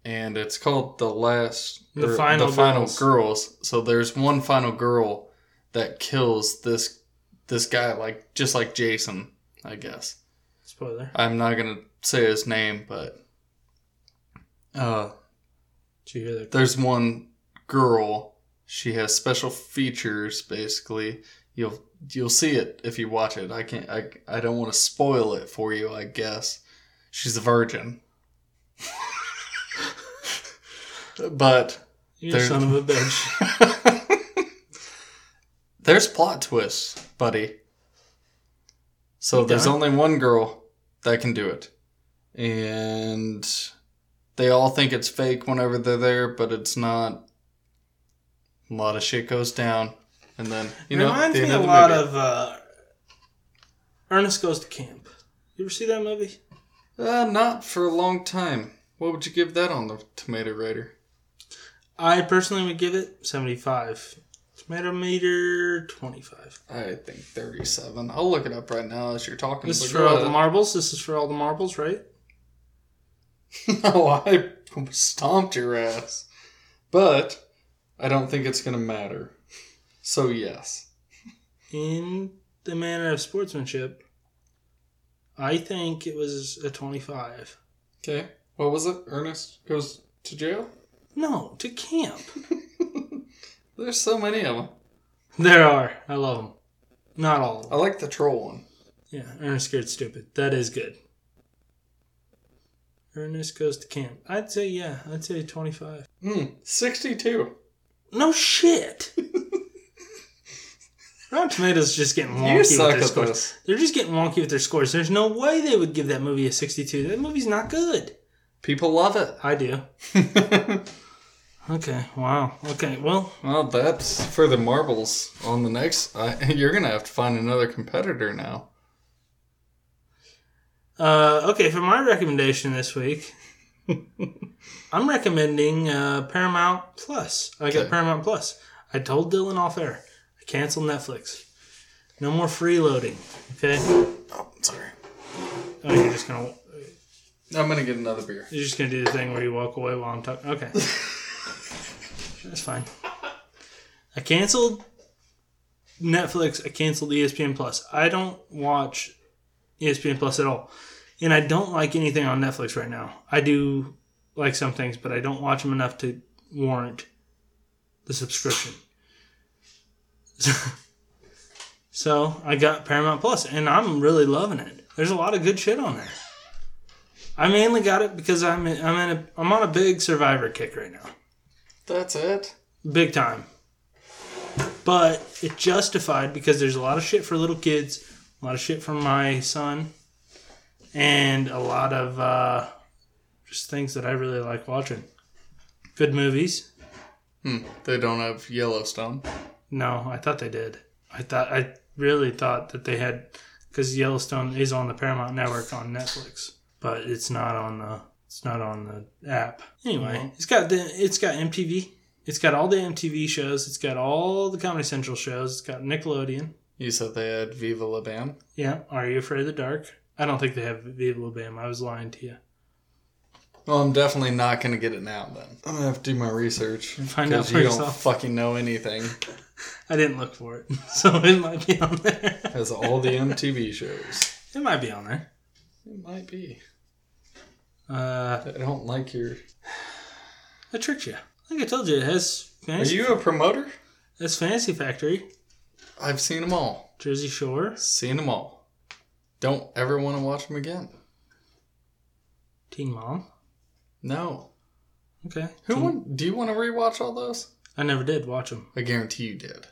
S2: and it's called the last
S1: The
S2: or
S1: Final Girls.
S2: girls. so there's one final girl that kills this this guy like just like jason i guess
S1: Spoiler.
S2: I'm not gonna say his name, but uh,
S1: Did you hear that?
S2: there's one girl. She has special features. Basically, you'll you'll see it if you watch it. I can't. I I don't want to spoil it for you. I guess she's a virgin. but
S1: You
S2: There-
S1: son of a bitch.
S2: there's plot twists, buddy. So there's
S1: Okay.
S2: only one girl that can do it. And they all think it's fake whenever they're there, but it's not. A lot of shit goes down. And then, you know,
S1: Reminds
S2: the
S1: me
S2: end
S1: a
S2: of the
S1: lot
S2: movie.
S1: of uh, Ernest Goes to Camp. You ever see that movie?
S2: Uh, not for a long time. What would you give that on the tomato rater?
S1: I personally would give it 75. Tomato meter 25.
S2: I think 37. I'll look it up right now as you're talking.
S1: This
S2: but
S1: is
S2: go
S1: for all the
S2: ahead.
S1: marbles. This is for all the marbles, right?
S2: No, I stomped your ass. But I don't think it's going to matter. So, yes.
S1: In the manner of sportsmanship, I think it was a 25.
S2: Okay. What was it? Ernest goes to jail?
S1: No, to camp.
S2: There's so many of them.
S1: There are. I love them. Not all. of 'em.
S2: I like the troll one.
S1: Yeah, Ernest Scared Stupid. That is good. Ernest goes to camp. I'd say, yeah, I'd say 25.
S2: Mm, 62.
S1: No shit! Rotten Tomatoes just getting wonky
S2: You
S1: with
S2: suck
S1: their
S2: at
S1: scores.
S2: this.
S1: They're just getting wonky with their scores. There's no way they would give that movie a 62. That movie's not good.
S2: People love
S1: I do.
S2: it.
S1: Okay, wow. Okay, well,
S2: well, that's for the marbles on the next. I, you're going to have to find another competitor now.
S1: Uh, okay, for my recommendation this week, I'm recommending uh, Paramount Plus. I got
S2: Okay.
S1: Paramount Plus. I told Dylan off air. I canceled Netflix. No more freeloading. Okay.
S2: Oh, sorry.
S1: Oh, you're just gonna
S2: I'm going to get another beer.
S1: you're just gonna do the thing where you walk away while I'm talking. Okay. That's fine. I canceled Netflix. I canceled E ESPN Plus. I don't watch E ESPN Plus at all, and I don't like anything on Netflix right now. I do like some things, but I don't watch them enough to warrant the subscription. so I got Paramount Plus, and I'm really loving it. There's a lot of good shit on there. I mainly got it because I'm in, I'm in a I'm on a big Survivor kick right now,
S2: That's it.
S1: big time. But it justified because there's a lot of shit for little kids, a lot of shit for my son, and a lot of uh, just things that I really like watching. Good movies.
S2: They don't have Yellowstone.
S1: No, I thought they did. I thought I really thought that they had because Yellowstone is on the Paramount Network on Netflix, but it's not on the it's not on the app. Anyway,
S2: Mhm.
S1: it's got the it's got MTV. It's got all the MTV shows. It's got all the Comedy Central shows. It's got Nickelodeon.
S2: You said they had Viva La Bam.
S1: Yeah, Are You Afraid of the Dark? I don't think they have Viva La Bam. I was lying to you.
S2: Well, I'm definitely not going to get it now then. I'm going to have to do my research.
S1: Find out
S2: 'cause
S1: for
S2: you don't
S1: yourself.
S2: fucking know anything.
S1: I didn't look for it, so it might be on there.
S2: Has all the MTV shows.
S1: It might be on there.
S2: It might be.
S1: Uh,
S2: I don't like your.
S1: I tricked you. I think I told you it has
S2: Are
S1: fantasy.
S2: you a promoter?
S1: It's Fantasy Factory.
S2: I've seen them all.
S1: Jersey Shore,
S2: Seen them all. Don't ever want to watch them again.
S1: Teen Mom.
S2: No.
S1: Okay.
S2: Who
S1: Teen-
S2: want, do you want to rewatch all those?
S1: I never did watch them.
S2: I guarantee you did.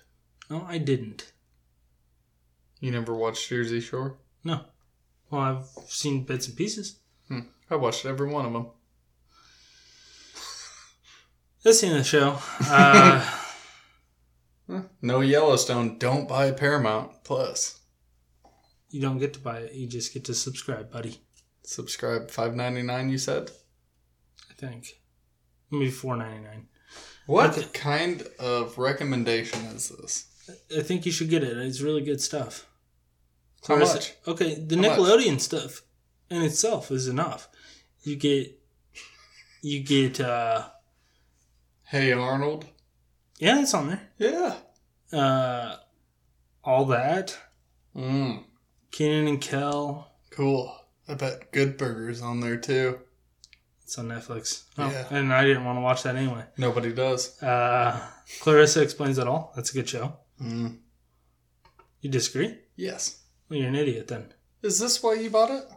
S1: No, I didn't.
S2: You never watched Jersey Shore?
S1: No. Well, I've seen bits and pieces.
S2: I watched every one of them.
S1: That's the end of the show. Uh,
S2: No Yellowstone. Don't buy Paramount Plus.
S1: you don't get to buy it. You just get to subscribe, buddy.
S2: Subscribe five ninety nine. You said
S1: I think. Maybe four ninety nine.
S2: what
S1: Okay.
S2: kind of recommendation is this?
S1: I think you should get it. It's really good stuff.
S2: How
S1: Or is
S2: much?
S1: it- Okay, the
S2: How much?
S1: Nickelodeon stuff in itself is enough. You get, you get, uh,
S2: Hey Arnold.
S1: yeah, it's on there.
S2: Yeah.
S1: Uh, all that
S2: Mm,
S1: Kenan and Kel.
S2: cool. I bet Good Burger's on there too.
S1: It's on Netflix. Oh,
S2: Yeah.
S1: And I didn't want to watch that anyway.
S2: Nobody does.
S1: Uh, Clarissa Explains It All. That's a good show.
S2: Mm.
S1: You disagree?
S2: Yes.
S1: Well, you're an idiot then.
S2: Is this why you bought it?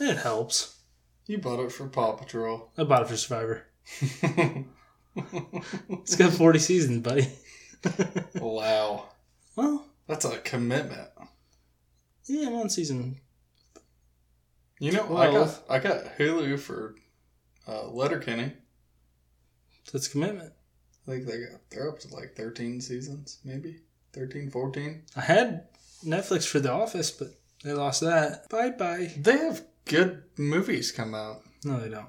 S1: It helps.
S2: You bought it for Paw Patrol.
S1: I bought it for Survivor. It's got 40 seasons, buddy.
S2: wow.
S1: Well,
S2: That's a commitment.
S1: yeah, one season.
S2: You know,
S1: Twelve.
S2: I got I got Hulu for uh, Letterkenny.
S1: That's commitment.
S2: I think they got they're up to like 13 seasons, maybe 13, 14.
S1: I had Netflix for The Office, but they lost that. Bye bye.
S2: They have good movies come out
S1: No, they don't.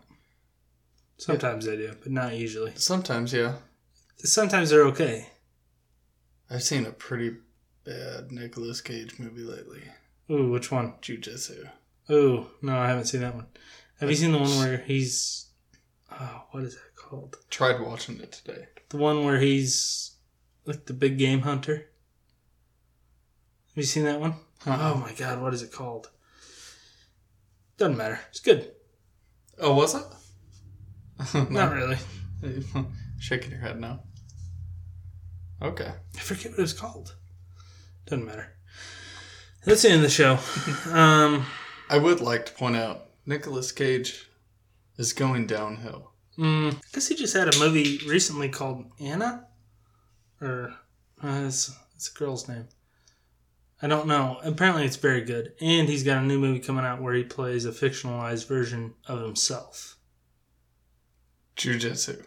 S1: Sometimes they do, but not usually.
S2: sometimes. Yeah,
S1: Sometimes they're okay.
S2: I've seen a pretty bad Nicolas Cage movie lately,
S1: Ooh, which one?
S2: Jujitsu.
S1: Ooh, no, I haven't seen that one. Have you seen the one where he's. Oh, what is that called?
S2: Tried watching it today.
S1: The one where he's like the big game hunter. Have you seen that one? Oh my god, what is it called? Doesn't matter. It's good.
S2: Oh, was it?
S1: Not really.
S2: Shaking your head now. Okay.
S1: I forget what it was called. Doesn't matter. That's the end of the show. Um,
S2: I would like to point out Nicolas Cage is going downhill.
S1: mm, I guess he just had a movie recently called Anna, or uh, it's it's a girl's name. I don't know. Apparently, it's very good, and he's got a new movie coming out where he plays a fictionalized version of himself.
S2: Jujitsu.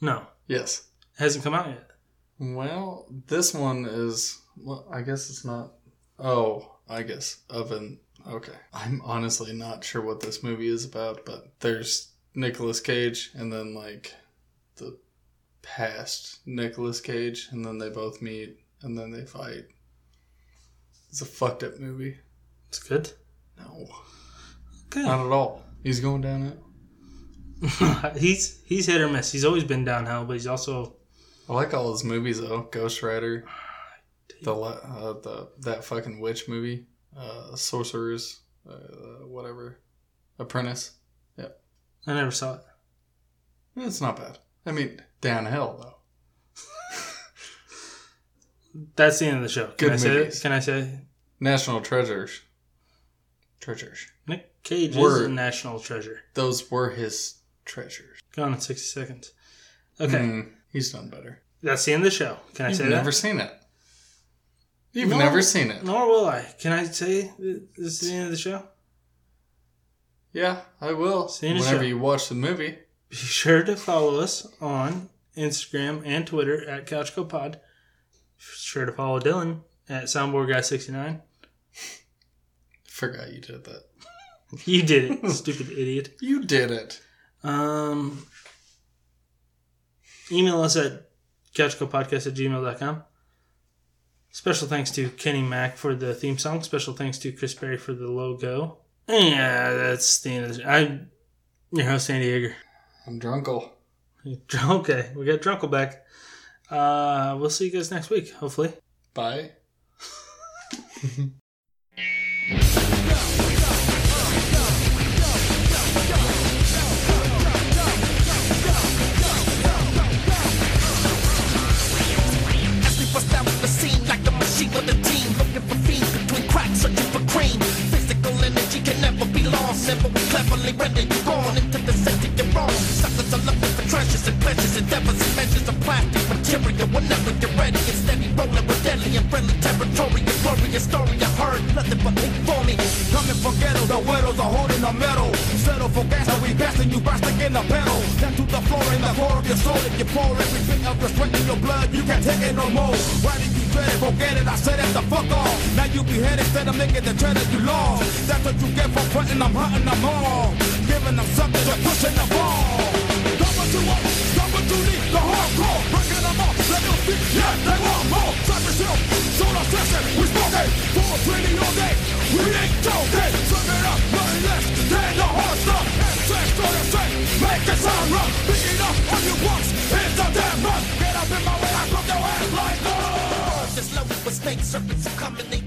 S1: No,
S2: Yes.
S1: it hasn't come out yet.
S2: Well, this one is. Well, I guess it's not. Oh, I guess oven. Okay, I'm honestly not sure what this movie is about, but there's Nicolas Cage and then like the past Nicolas Cage, and then they both meet and then they fight. It's a fucked up movie.
S1: It's good. Um,
S2: No,
S1: Good.
S2: not at all. He's going down it.
S1: he's he's hit or miss. He's always been downhill, but he's also
S2: I like all his movies though. Ghost Rider, the la- uh, the that fucking witch movie, uh, Sorcerers, uh, whatever, Apprentice.
S1: I never saw it.
S2: It's not bad. I mean, downhill though.
S1: That's the end of the show. Can
S2: Good
S1: I say
S2: movies.
S1: it? Can I say
S2: National Treasures, treasures.
S1: Nick Cage is a
S2: Word.
S1: national treasure.
S2: Those were his treasures.
S1: Gone in sixty seconds. Okay,
S2: Hmm, he's done better.
S1: that's the end of the show. Can I
S2: You've
S1: say
S2: never
S1: that?
S2: seen it. You've
S1: No.
S2: never seen it.
S1: Nor will I. Can I say that this is the end of the show?
S2: Yeah, I will.
S1: Seen it,
S2: Whenever
S1: sure.
S2: you watch the movie,
S1: Be sure to follow us on Instagram and Twitter at CouchCoPod. Be Sure to follow Dylan at Soundboard Guy sixty nine.
S2: forgot you did that.
S1: You did it, stupid idiot.
S2: You did it.
S1: Um, email us at couchcopodcast at gmail.com. Special thanks to Kenny Mack for the theme song. Special thanks to Chris Berry for the logo. Yeah, that's the end of the I'm your host, Andy Yeager.
S2: I'm oh. drunkle.
S1: Okay, we got Drunkle back. Uh, we'll see you guys next week, hopefully.
S2: Bye.
S4: As we bust out the scene like the machine with the team. Looking for fiends between cracks, searching for cream. Physical energy can never be lost. Never we cleverly render you wrong into the center you're wrong. Suckers are looking for treasures and pleasures, endeavors and measures of plastic material. Whenever you're ready and steady, rolling with deadly and friendly territory. A glorious story I heard, nothing but hate for me.
S5: Coming for ghetto, the widows are holding the metal. Settle for gas, and we passing you by in the pedal. Down to the floor in the floor of your soul. If you pour every bit of your sweat in your blood, you can't take it no more. Why did you dread it? Forget it, I said it the fuck off. Now you be headed instead of making the tread that you lost. That's what you get for fronting, I'm hunting them all. Giving them something, you're pushing the ball. Double to up, double to deep, the hardcore. Breaking them off, let them speak, yeah, they want more. Type yourself, so no stressing, we smoking. For a pretty all day, we ain't joking. Suck it up, nothing less than the hard stuff. Abstract, throw the straight, make it sound rough. Pick it up on your walks, it's a damn run. Get up in my way, I broke your ass like this.
S4: Just loaded with snakes, serpents who come and they